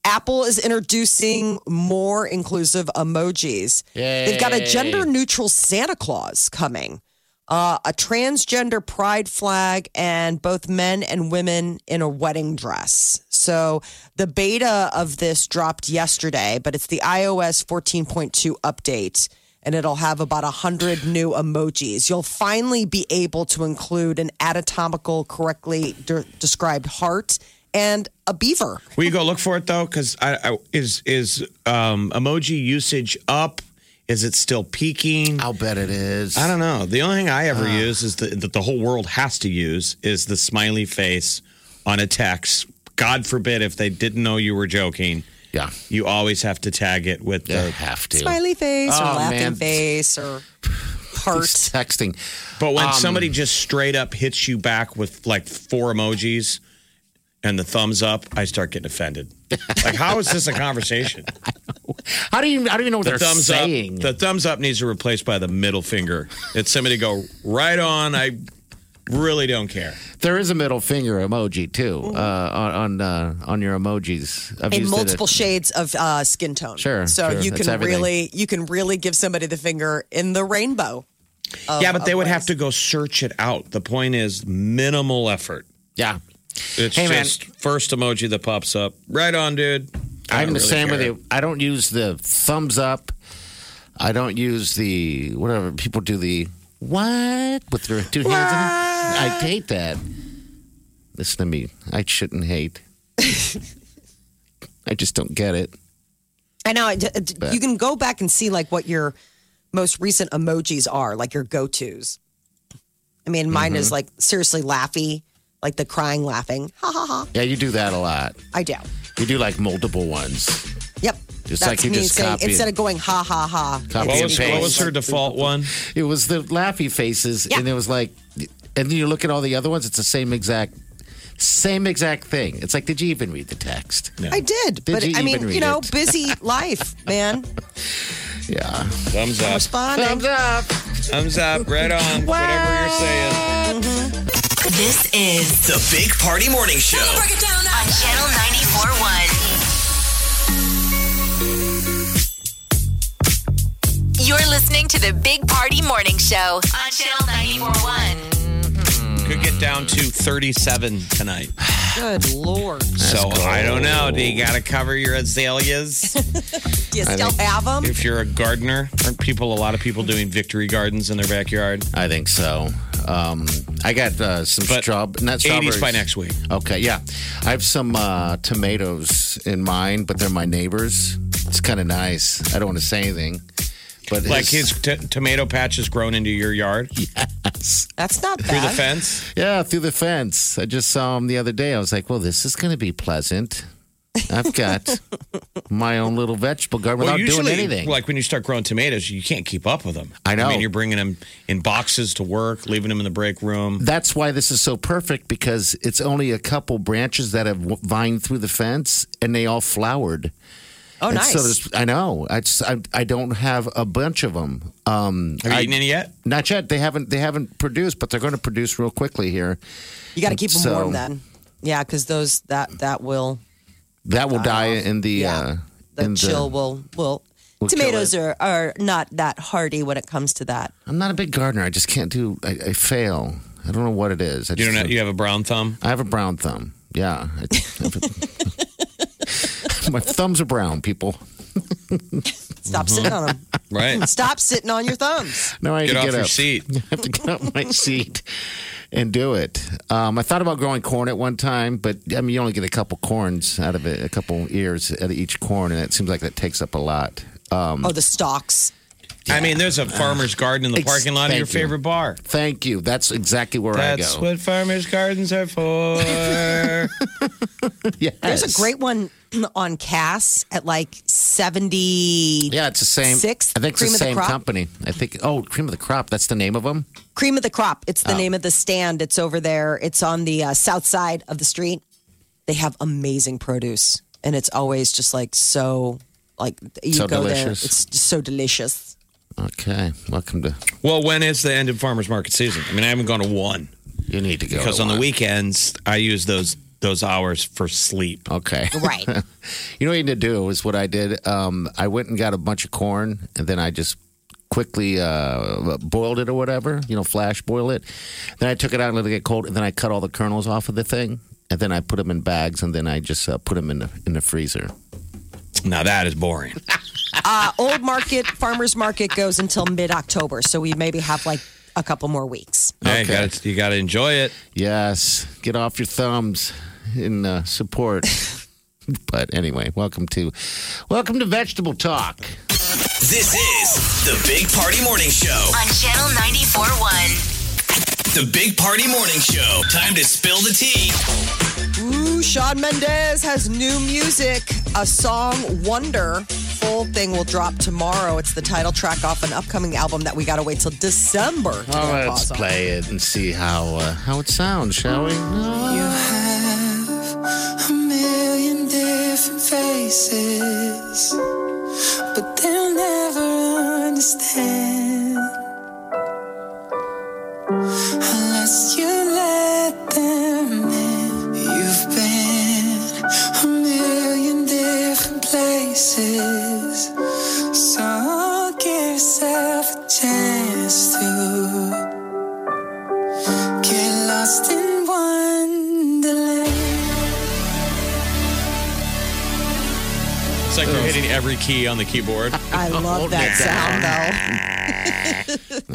[SPEAKER 4] Apple is introducing more inclusive emojis. They've got a gender neutral Santa Claus coming, uh, a transgender pride flag, and both men and women in a wedding dress. So the beta of this dropped yesterday, but it's the iOS 14.2 update. And it'll have about 100 new emojis. You'll finally be able to include an anatomical, correctly de- described heart and a beaver.
[SPEAKER 3] Will you go look for it though? Because I, I is is um, emoji usage up? Is it still peaking?
[SPEAKER 2] I'll bet it is.
[SPEAKER 3] I don't know. The only thing I ever
[SPEAKER 4] Ah.
[SPEAKER 3] use is the, that the whole world has to use is the smiley face on a text. God forbid if they didn't know you were joking.
[SPEAKER 2] Yeah.
[SPEAKER 3] You always have to tag it with
[SPEAKER 2] You
[SPEAKER 3] the.
[SPEAKER 2] have to.
[SPEAKER 4] smiley face or
[SPEAKER 2] Oh,
[SPEAKER 4] laughing
[SPEAKER 2] man.
[SPEAKER 4] face or heart.
[SPEAKER 2] Texting.
[SPEAKER 3] But
[SPEAKER 2] Um,
[SPEAKER 3] when somebody just straight up hits you back with like four emojis and the thumbs up, I start getting offended. like, how is this a conversation?
[SPEAKER 2] How do you? I don't even know what they're
[SPEAKER 3] The thumbs
[SPEAKER 2] saying.
[SPEAKER 3] up. The thumbs up needs to be replaced by the middle finger. It's somebody go right on. I really don't care.
[SPEAKER 2] there is a middle finger emoji too uh, on on, uh, on your emojis. I've
[SPEAKER 4] in
[SPEAKER 2] used it at-
[SPEAKER 4] multiple shades of uh, skin tone.
[SPEAKER 2] Sure,
[SPEAKER 4] So
[SPEAKER 2] sure.
[SPEAKER 4] you
[SPEAKER 2] That's
[SPEAKER 4] can
[SPEAKER 2] everything.
[SPEAKER 4] really you can really give somebody the finger in the rainbow. Oh,
[SPEAKER 3] yeah, but they would have to go search it out. The point is minimal effort.
[SPEAKER 2] Yeah,
[SPEAKER 3] It's
[SPEAKER 2] Hey, man.
[SPEAKER 3] just first emoji that pops up. Right on, dude. I
[SPEAKER 2] I'm
[SPEAKER 3] don't
[SPEAKER 2] the
[SPEAKER 3] really
[SPEAKER 2] same with
[SPEAKER 3] care.
[SPEAKER 2] you. I don't use the thumbs up. I don't use the whatever people do the what with their two hands. In it. I hate that. Listen to me. I shouldn't hate. I just don't get it.
[SPEAKER 4] I know. I- You can go back and see like what your most recent emojis are, like your go tos. I mean, mine
[SPEAKER 2] Mm-hmm.
[SPEAKER 4] is like seriously laughy, like the crying laughing. Ha ha ha.
[SPEAKER 2] Yeah, you do that a lot.
[SPEAKER 4] I do.
[SPEAKER 2] You do like multiple ones.
[SPEAKER 4] Yep.
[SPEAKER 2] Just
[SPEAKER 4] That's
[SPEAKER 2] like you
[SPEAKER 4] me
[SPEAKER 2] just
[SPEAKER 4] saying
[SPEAKER 2] copy it.
[SPEAKER 4] instead of going ha ha ha.
[SPEAKER 2] Copy
[SPEAKER 3] What
[SPEAKER 2] and
[SPEAKER 3] was,
[SPEAKER 2] paste.
[SPEAKER 3] what was her default one?
[SPEAKER 2] It was the laughy faces,
[SPEAKER 4] Yeah.
[SPEAKER 2] and it was like, and then you look at all the other ones. It's the same exact, same exact thing. It's like, did you even read the text?
[SPEAKER 4] I did,
[SPEAKER 2] Did
[SPEAKER 4] but
[SPEAKER 2] you
[SPEAKER 4] I mean,
[SPEAKER 2] even
[SPEAKER 4] you
[SPEAKER 2] read
[SPEAKER 4] know,
[SPEAKER 2] it?
[SPEAKER 4] busy life, man.
[SPEAKER 2] Yeah.
[SPEAKER 3] Thumbs up.
[SPEAKER 4] Responding.
[SPEAKER 2] Thumbs up.
[SPEAKER 3] Thumbs up. Right on. Whatever you're saying.
[SPEAKER 1] This is
[SPEAKER 5] The Big Party Morning Show.
[SPEAKER 7] Break it down now.
[SPEAKER 1] on Channel 94.1. You're listening to the Big Party Morning Show on Channel 94.1.
[SPEAKER 3] Could get down to 37 tonight.
[SPEAKER 4] Good lord.
[SPEAKER 3] so I don't know. Do you got to cover your azaleas
[SPEAKER 4] Do you still have them?
[SPEAKER 3] if you're a gardener? Aren't people a lot of people doing victory gardens in their backyard?
[SPEAKER 2] I think so. Um, I got uh, some
[SPEAKER 3] But
[SPEAKER 2] straw, not
[SPEAKER 3] 80s
[SPEAKER 2] strawberries
[SPEAKER 3] by next week.
[SPEAKER 2] Okay, yeah, I have some uh, tomatoes in mine, but they're my neighbors, It's kind of nice. I don't want to say anything, but
[SPEAKER 3] Like his t- tomato patch has grown into your yard
[SPEAKER 4] That's not
[SPEAKER 3] through the
[SPEAKER 4] bad.
[SPEAKER 3] fence.
[SPEAKER 2] yeah through the fence. I just saw him the other day. I was like, well, this is going to be pleasant. I've got my own little vegetable garden without doing anything.
[SPEAKER 3] like when you start growing tomatoes, you can't keep up with them.
[SPEAKER 2] I know.
[SPEAKER 3] I mean, you're bringing them in boxes to work, leaving them in the break room.
[SPEAKER 2] That's why this is so perfect because it's only a couple branches that have vined through the fence and they all flowered.
[SPEAKER 4] Oh,
[SPEAKER 2] And
[SPEAKER 4] nice.
[SPEAKER 2] So there's- I know. I just I, I don't have a bunch of them. Um,
[SPEAKER 3] Have you
[SPEAKER 2] I-
[SPEAKER 3] eaten any yet?
[SPEAKER 2] Not yet. They haven't. They haven't produced, but they're going to produce real quickly here.
[SPEAKER 4] you got to keep them
[SPEAKER 2] So-
[SPEAKER 4] warm then. Yeah, because those that that will
[SPEAKER 2] That will die in the
[SPEAKER 4] Uh-huh. Yeah.
[SPEAKER 2] uh,
[SPEAKER 4] the
[SPEAKER 2] in
[SPEAKER 4] chill will will.
[SPEAKER 2] Will kill
[SPEAKER 4] tomatoes
[SPEAKER 2] it.
[SPEAKER 4] are are not that hardy when it comes to that.
[SPEAKER 2] I'm not a big gardener. I just can't do. I, I fail. I don't know what it is. I
[SPEAKER 3] You
[SPEAKER 2] just
[SPEAKER 3] don't have, you have a brown thumb.
[SPEAKER 2] I have a brown thumb. Yeah. My thumbs are brown, people. Mm-hmm.
[SPEAKER 4] Stop sitting on them.
[SPEAKER 3] Right.
[SPEAKER 4] Stop sitting on your thumbs.
[SPEAKER 2] No, I
[SPEAKER 3] Get
[SPEAKER 2] have
[SPEAKER 3] off
[SPEAKER 2] to get
[SPEAKER 3] your
[SPEAKER 2] up.
[SPEAKER 3] seat.
[SPEAKER 2] I have to get off my seat and do it. Um, I thought about growing corn at one time, but I mean, you only get a couple corns out of it, a couple ears out of each corn, and it seems like that takes up a lot. Um,
[SPEAKER 4] Oh, the stalks.
[SPEAKER 3] I mean, there's a farmer's garden in the
[SPEAKER 2] Ex-
[SPEAKER 3] parking lot of your
[SPEAKER 2] thank you.
[SPEAKER 3] favorite bar.
[SPEAKER 2] thank you. That's exactly where
[SPEAKER 3] That's
[SPEAKER 2] I go.
[SPEAKER 3] what farmers' gardens are for.
[SPEAKER 2] Yes.
[SPEAKER 4] There's a great one on Cass at like seventy.
[SPEAKER 2] Yeah, it's the same.
[SPEAKER 4] Sixth
[SPEAKER 2] I think it's
[SPEAKER 4] cream
[SPEAKER 2] the
[SPEAKER 4] of the
[SPEAKER 2] same
[SPEAKER 4] crop?
[SPEAKER 2] company. I think. Oh, cream of the crop. That's the name of them.
[SPEAKER 4] Cream of the Crop. It's
[SPEAKER 2] Oh.
[SPEAKER 4] the name of the stand. It's over there. It's on the uh, south side of the street. They have amazing produce, and it's always just like so, like you
[SPEAKER 2] So
[SPEAKER 4] go
[SPEAKER 2] delicious.
[SPEAKER 4] there. It's just so delicious.
[SPEAKER 2] Okay, welcome to.
[SPEAKER 3] well, when is the end of farmers' market season? I mean, I haven't gone to one
[SPEAKER 2] You need to go
[SPEAKER 3] because
[SPEAKER 2] to
[SPEAKER 3] on the
[SPEAKER 2] one.
[SPEAKER 3] weekends I use those those hours for sleep.
[SPEAKER 2] Okay.
[SPEAKER 4] Right. Uh,
[SPEAKER 2] You know what you need to do is what I did. Um, I went and got a bunch of corn, and then I just quickly uh, boiled it or whatever. You know, flash boil it. Then I took it out and let it get cold, and then I cut all the kernels off of the thing, and then I put them in bags, and then I just uh, put them in the in the freezer.
[SPEAKER 3] Now that is boring.
[SPEAKER 4] Uh, old Market Farmers Market goes until mid October, so we maybe have like a couple more weeks.
[SPEAKER 3] Hey, you
[SPEAKER 2] Okay.
[SPEAKER 3] gotta- you got to enjoy it.
[SPEAKER 2] Yes, get off your thumbs in uh, support. but anyway, welcome to welcome to Vegetable Talk.
[SPEAKER 5] This is the Big Party Morning Show.
[SPEAKER 1] on Channel 94.1.
[SPEAKER 5] The Big Party Morning Show. Time to spill the tea.
[SPEAKER 4] Ooh, Sean Mendez has new music. A song, Wonder. Full thing will drop tomorrow. It's the title track off an upcoming album that we got to wait till December.
[SPEAKER 2] Oh,
[SPEAKER 4] to get a
[SPEAKER 2] let's
[SPEAKER 4] pause on.
[SPEAKER 2] play it and see how uh, how it sounds, shall we?
[SPEAKER 7] Oh.
[SPEAKER 8] You have a million different faces, but they'll never understand unless you let them in. You've been a million different places, so give yourself a chance to. Get lost in wonderland.
[SPEAKER 3] It's like you're hitting every key on the keyboard.
[SPEAKER 4] I love that sound though.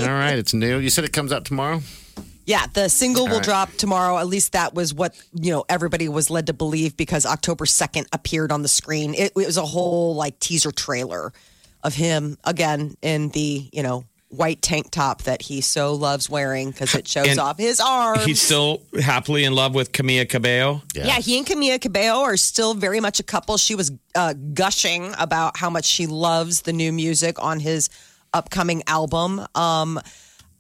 [SPEAKER 2] All right, it's new. You said it comes out tomorrow.
[SPEAKER 4] Yeah, the single will drop tomorrow. At least that was what, you know, everybody was led to believe because October 2nd appeared on the screen. It, it was a whole like teaser trailer of him again in the, you know, white tank top that he so loves wearing because it shows
[SPEAKER 3] And
[SPEAKER 4] off his arms.
[SPEAKER 3] He's still happily in love with Camilla Cabello.
[SPEAKER 4] Yeah, he and Camila Cabello are still very much a couple. She was uh, gushing about how much she loves the new music on his upcoming album. Um,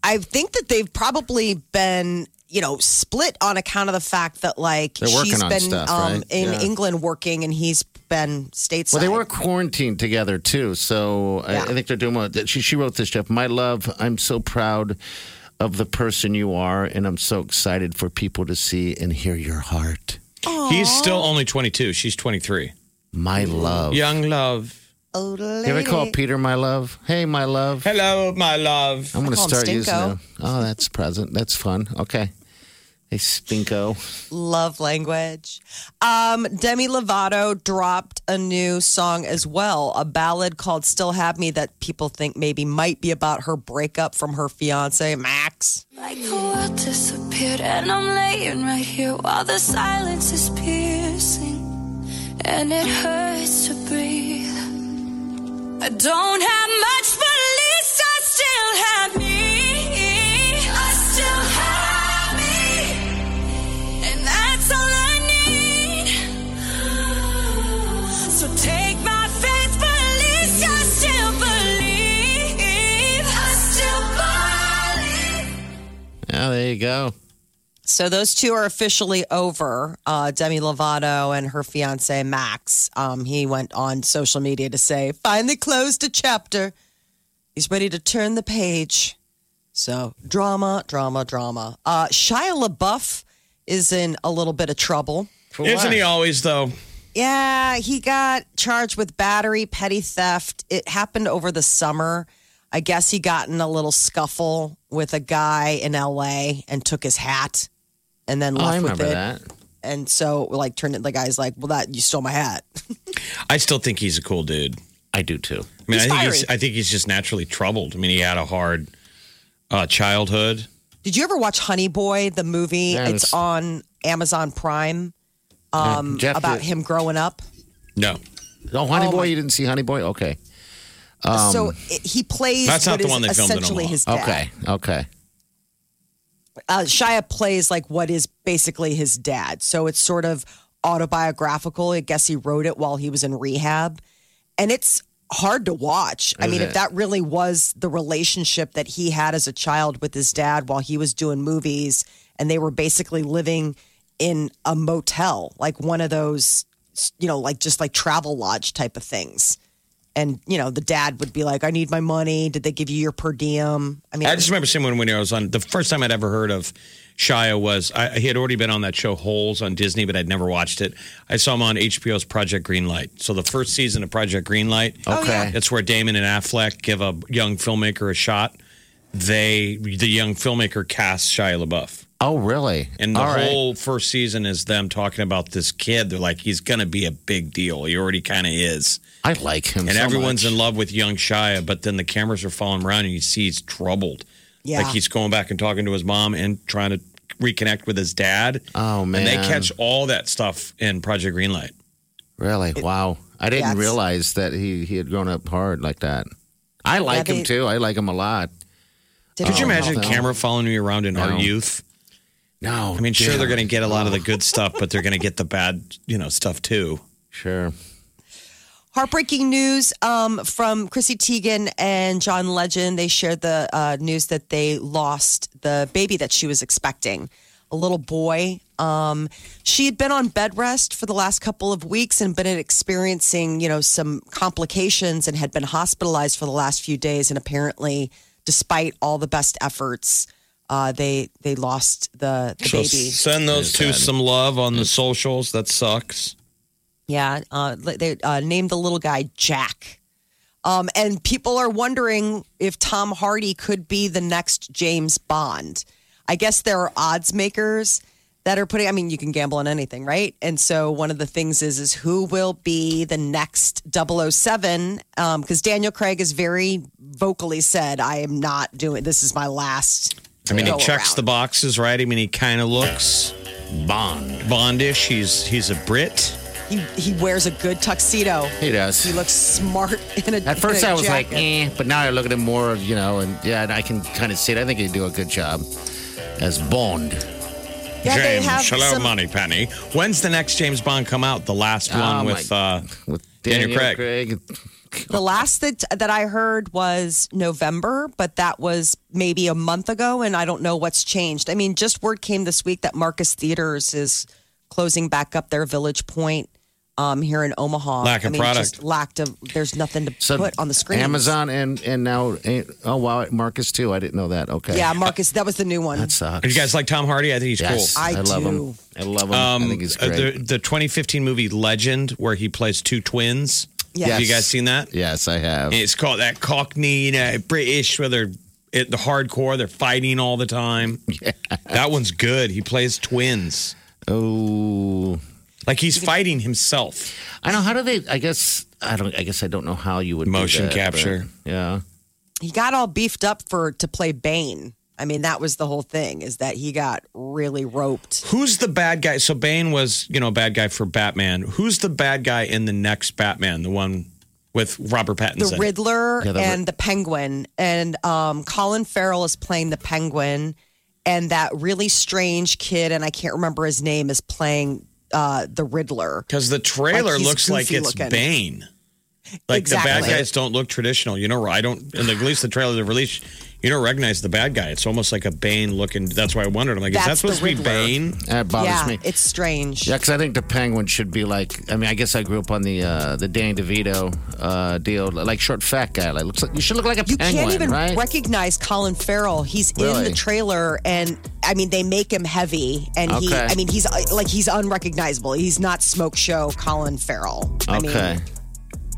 [SPEAKER 4] I think that they've probably been, you know, split on account of the fact that like
[SPEAKER 2] They're working
[SPEAKER 4] she's
[SPEAKER 2] on
[SPEAKER 4] been
[SPEAKER 2] stuff,
[SPEAKER 4] um,
[SPEAKER 2] right?
[SPEAKER 4] in
[SPEAKER 2] Yeah.
[SPEAKER 4] England working and he's been stateside.
[SPEAKER 2] Well, they were quarantined together too, so I, I
[SPEAKER 4] Yeah.
[SPEAKER 2] think they're doing well. She, she wrote this, Jeff. My love, I'm so proud of the person you are, and I'm so excited for people to see and hear your heart.
[SPEAKER 3] He's still only 22. She's 23.
[SPEAKER 2] My
[SPEAKER 4] Mm-hmm.
[SPEAKER 2] love.
[SPEAKER 3] Young love.
[SPEAKER 4] Oh,
[SPEAKER 2] You ever call Peter my love? Hey, my love.
[SPEAKER 3] Hello, my love.
[SPEAKER 2] I'm going to
[SPEAKER 4] I call him
[SPEAKER 2] start using
[SPEAKER 4] Stinko.
[SPEAKER 2] them. Oh, that's present. That's fun. Okay. Hey, Stinko.
[SPEAKER 4] love language. Um, Demi Lovato dropped a new song as well, a ballad called Still Have Me that people think maybe might be about her breakup from her fiance, Max.
[SPEAKER 7] Like the world disappeared, and I'm laying right here while the silence is piercing, and it hurts to breathe. I don't have much, but at least I still have me. I still have me. And that's all I need. So take my faith, but at least I still believe. I still believe.
[SPEAKER 2] Yeah, there you go.
[SPEAKER 4] So those two are officially over. Uh, Demi Lovato and her fiance Max. Um, he went on social media to say, "Finally closed a chapter. He's ready to turn the page." So drama, drama, drama. Uh, Shia LaBeouf is in a little bit of trouble.
[SPEAKER 2] For
[SPEAKER 3] Isn't
[SPEAKER 2] what?
[SPEAKER 3] he always though?
[SPEAKER 4] Yeah, he got charged with battery, petty theft. It happened over the summer. I guess he got in a little scuffle with a guy in LA and took his hat and then
[SPEAKER 2] Oh,
[SPEAKER 4] left
[SPEAKER 2] I
[SPEAKER 4] with
[SPEAKER 2] remember
[SPEAKER 4] it.
[SPEAKER 2] that.
[SPEAKER 4] And so like turned it the guy's like, Well that you stole my hat.
[SPEAKER 3] I still think he's a cool dude.
[SPEAKER 2] I do too.
[SPEAKER 3] I mean,
[SPEAKER 4] He's
[SPEAKER 3] I think he's,
[SPEAKER 4] fiery.
[SPEAKER 3] I think he's just naturally troubled. I mean, he had a hard uh, childhood.
[SPEAKER 4] Did you ever watch Honey Boy, the movie?
[SPEAKER 2] Yes.
[SPEAKER 4] It's on Amazon Prime um,
[SPEAKER 2] Jeff
[SPEAKER 4] about
[SPEAKER 2] did-
[SPEAKER 4] him growing up.
[SPEAKER 3] No,
[SPEAKER 2] Oh, Honey
[SPEAKER 4] Oh,
[SPEAKER 2] Boy,
[SPEAKER 4] my-
[SPEAKER 2] you didn't see Honey Boy? Okay.
[SPEAKER 4] so it, he plays
[SPEAKER 3] That's not
[SPEAKER 4] what
[SPEAKER 3] the
[SPEAKER 4] is
[SPEAKER 3] one they filmed in
[SPEAKER 4] essentially
[SPEAKER 3] Omaha.
[SPEAKER 4] his dad.
[SPEAKER 2] Um, Okay. Okay.
[SPEAKER 4] uh, Shia plays like what is basically his dad. So it's sort of autobiographical. I guess he wrote it while he was in rehab. And it's hard to watch. I
[SPEAKER 2] Is
[SPEAKER 4] mean,
[SPEAKER 2] it?
[SPEAKER 4] if that really was the relationship that he had as a child with his dad while he was doing movies and they were basically living in a motel, like one of those, you know, like just like travel lodge type of things. And, you know, the dad would be like, I need my money. Did they give you your per diem? I mean,
[SPEAKER 3] I just remember seeing one when I was on the first time I'd ever heard of Shia was I, he had already been on that show Holes on Disney, but I'd never watched it. I saw him on HBO's Project Greenlight. So the first season of Project Greenlight,
[SPEAKER 4] Oh,
[SPEAKER 2] Okay.
[SPEAKER 3] that's where Damon and Affleck give a young filmmaker a shot. They the young filmmaker casts Shia LaBeouf.
[SPEAKER 2] Oh, really?
[SPEAKER 3] And the
[SPEAKER 2] All right.
[SPEAKER 3] whole first season is them talking about this kid. They're like, he's going to be a big deal. He already kind of is.
[SPEAKER 2] I like him.
[SPEAKER 3] And
[SPEAKER 2] so
[SPEAKER 3] everyone's
[SPEAKER 2] much.
[SPEAKER 3] in love with young Shia, but then the cameras are following around and you see he's troubled.
[SPEAKER 4] Yeah.
[SPEAKER 3] Like he's going back and talking to his mom and trying to reconnect with his dad.
[SPEAKER 2] Oh,
[SPEAKER 3] And they
[SPEAKER 2] man.
[SPEAKER 3] catch all that stuff in Project Greenlight.
[SPEAKER 2] Really? wow. I didn't
[SPEAKER 4] it's-
[SPEAKER 2] realize that he, he had grown up hard like that. I like him
[SPEAKER 4] they-
[SPEAKER 2] too. I like him a lot.
[SPEAKER 4] did
[SPEAKER 3] Could you
[SPEAKER 2] Oh,
[SPEAKER 3] imagine a
[SPEAKER 2] no.
[SPEAKER 3] camera following you around in our
[SPEAKER 2] No. Oh.
[SPEAKER 3] youth?
[SPEAKER 2] No.
[SPEAKER 3] I mean, sure, they're going to get a lot of the good stuff, but they're going to get the bad, you know, stuff too.
[SPEAKER 2] Sure.
[SPEAKER 4] Heartbreaking news um, from Chrissy Teigen and John Legend. They shared the uh, news that they lost the baby that she was expecting, a little boy. Um, she had been on bed rest for the last couple of weeks and been experiencing, you know, some complications and had been hospitalized for the last few days. And apparently, despite all the best efforts, uh, they they lost the, the
[SPEAKER 3] So
[SPEAKER 4] baby.
[SPEAKER 3] send those two some love on the socials. That sucks.
[SPEAKER 4] Yeah, uh, they uh, named the little guy Jack. Um, and people are wondering if Tom Hardy could be the next James Bond. I guess there are odds makers that are putting. I mean, you can gamble on anything, right? And so one of the things is is who will be the next 007? Because Um, Daniel Craig has very vocally said, "I am not doing. This is my last."
[SPEAKER 3] I mean, he
[SPEAKER 4] go
[SPEAKER 3] checks the
[SPEAKER 4] around."
[SPEAKER 3] boxes, right? I mean, he kind of looks Bond, Bondish. He's he's a Brit.
[SPEAKER 4] He, he wears a good tuxedo.
[SPEAKER 2] He does.
[SPEAKER 4] He looks smart in a.
[SPEAKER 2] At first,
[SPEAKER 4] in a
[SPEAKER 2] I was like, eh,
[SPEAKER 4] jacket.
[SPEAKER 2] but now I look at him more, you know, and yeah, and I can kind of see it. I think he'd do a good job as Bond.
[SPEAKER 4] Yeah, they have
[SPEAKER 3] James, hello,
[SPEAKER 4] some-
[SPEAKER 3] money penny. When's the next James Bond come out? The last
[SPEAKER 2] Oh,
[SPEAKER 3] one
[SPEAKER 2] my-
[SPEAKER 3] with uh,
[SPEAKER 2] with
[SPEAKER 3] Daniel
[SPEAKER 2] Daniel,
[SPEAKER 3] Craig.
[SPEAKER 2] Craig.
[SPEAKER 4] The last that that I heard was November, but that was maybe a month ago, and I don't know what's changed. I mean, just word came this week that Marcus Theaters is closing back up their Village Point um, here in Omaha.
[SPEAKER 3] Lack of
[SPEAKER 4] I mean,
[SPEAKER 3] product.
[SPEAKER 4] Just lacked of. There's nothing to
[SPEAKER 2] So
[SPEAKER 4] put on the screen.
[SPEAKER 2] Amazon and and now eh, oh wow, Marcus too. I didn't know that. Okay,
[SPEAKER 4] Yeah, Marcus, that was the new one.
[SPEAKER 2] that sucks.
[SPEAKER 3] you guys like Tom Hardy? I think he's
[SPEAKER 2] Yes,
[SPEAKER 3] cool.
[SPEAKER 4] I
[SPEAKER 2] love
[SPEAKER 4] do.
[SPEAKER 2] him. I love him. I think he's
[SPEAKER 3] uh,
[SPEAKER 2] great.
[SPEAKER 3] the, the 2015 movie Legend, where he plays two twins.
[SPEAKER 4] Yes.
[SPEAKER 3] Have you guys seen that?
[SPEAKER 2] yes, I have.
[SPEAKER 3] It's called that Cockney, you know, British, where they're it, the hardcore. They're fighting all the time. That one's good. He plays twins.
[SPEAKER 2] oh,
[SPEAKER 3] Like he's fighting himself.
[SPEAKER 2] I know. How do they? I guess I don't. I guess I don't know how you would do
[SPEAKER 3] Motion
[SPEAKER 2] that,
[SPEAKER 3] capture.
[SPEAKER 2] but, yeah.
[SPEAKER 4] he got all beefed up for to play Bane. I mean, that was the whole thing is that he got really roped.
[SPEAKER 3] Who's the bad guy? So Bane was, you know, a bad guy for Batman. Who's the bad guy in the next Batman? The one with Robert Pattinson.
[SPEAKER 4] the Riddler
[SPEAKER 2] Yeah, the Rid-
[SPEAKER 4] and the Penguin, and um, Colin Farrell is playing the Penguin, and that really strange kid, and I can't remember his name, is playing uh, the Riddler.
[SPEAKER 3] Because the trailer
[SPEAKER 4] Like, he's
[SPEAKER 3] looks like
[SPEAKER 4] goofy
[SPEAKER 3] it's
[SPEAKER 4] looking.
[SPEAKER 3] Bane. Like the
[SPEAKER 4] Exactly.
[SPEAKER 3] bad guys don't look traditional. You know, I don't. And at least the trailer they released, you don't recognize the bad guy. It's almost like a Bane looking. That's why I wondered. I'm like, is that
[SPEAKER 4] That's the
[SPEAKER 3] supposed to be
[SPEAKER 4] Riddler.
[SPEAKER 3] Bane?
[SPEAKER 2] That bothers
[SPEAKER 4] yeah,
[SPEAKER 2] me.
[SPEAKER 4] it's strange.
[SPEAKER 2] Yeah, because I think the penguin should be like. I mean, I guess I grew up on the uh, the Danny DeVito uh, deal, like short fat guy. Like looks like you should look like a
[SPEAKER 4] You
[SPEAKER 2] penguin,
[SPEAKER 4] can't even
[SPEAKER 2] right?
[SPEAKER 4] recognize Colin Farrell. He's in
[SPEAKER 2] Really?
[SPEAKER 4] the trailer, and I mean, they make him heavy, and he,
[SPEAKER 2] Okay.
[SPEAKER 4] I mean, he's uh, like he's unrecognizable. He's not smoke show Colin Farrell. I mean,
[SPEAKER 2] okay,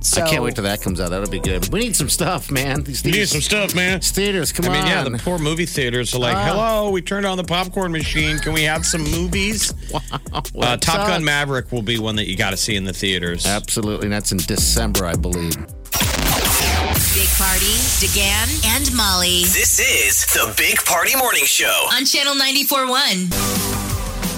[SPEAKER 4] so
[SPEAKER 2] I can't wait till that comes out. That'll be good. We need some stuff, man. These
[SPEAKER 3] You need
[SPEAKER 2] these
[SPEAKER 3] some stuff, man.
[SPEAKER 2] theaters. Come
[SPEAKER 3] I
[SPEAKER 2] on.
[SPEAKER 3] mean, yeah, the poor movie theaters are like, hello, we turned on the popcorn machine. Can we have some movies? Uh,
[SPEAKER 2] What's
[SPEAKER 3] Top
[SPEAKER 2] up?
[SPEAKER 3] Gun Maverick will be one that you got to see in the theaters.
[SPEAKER 2] Absolutely, and that's in December, I believe.
[SPEAKER 1] Big Party, DeGan, and Molly
[SPEAKER 5] This is the Big Party Morning Show.
[SPEAKER 1] on Channel 94.1.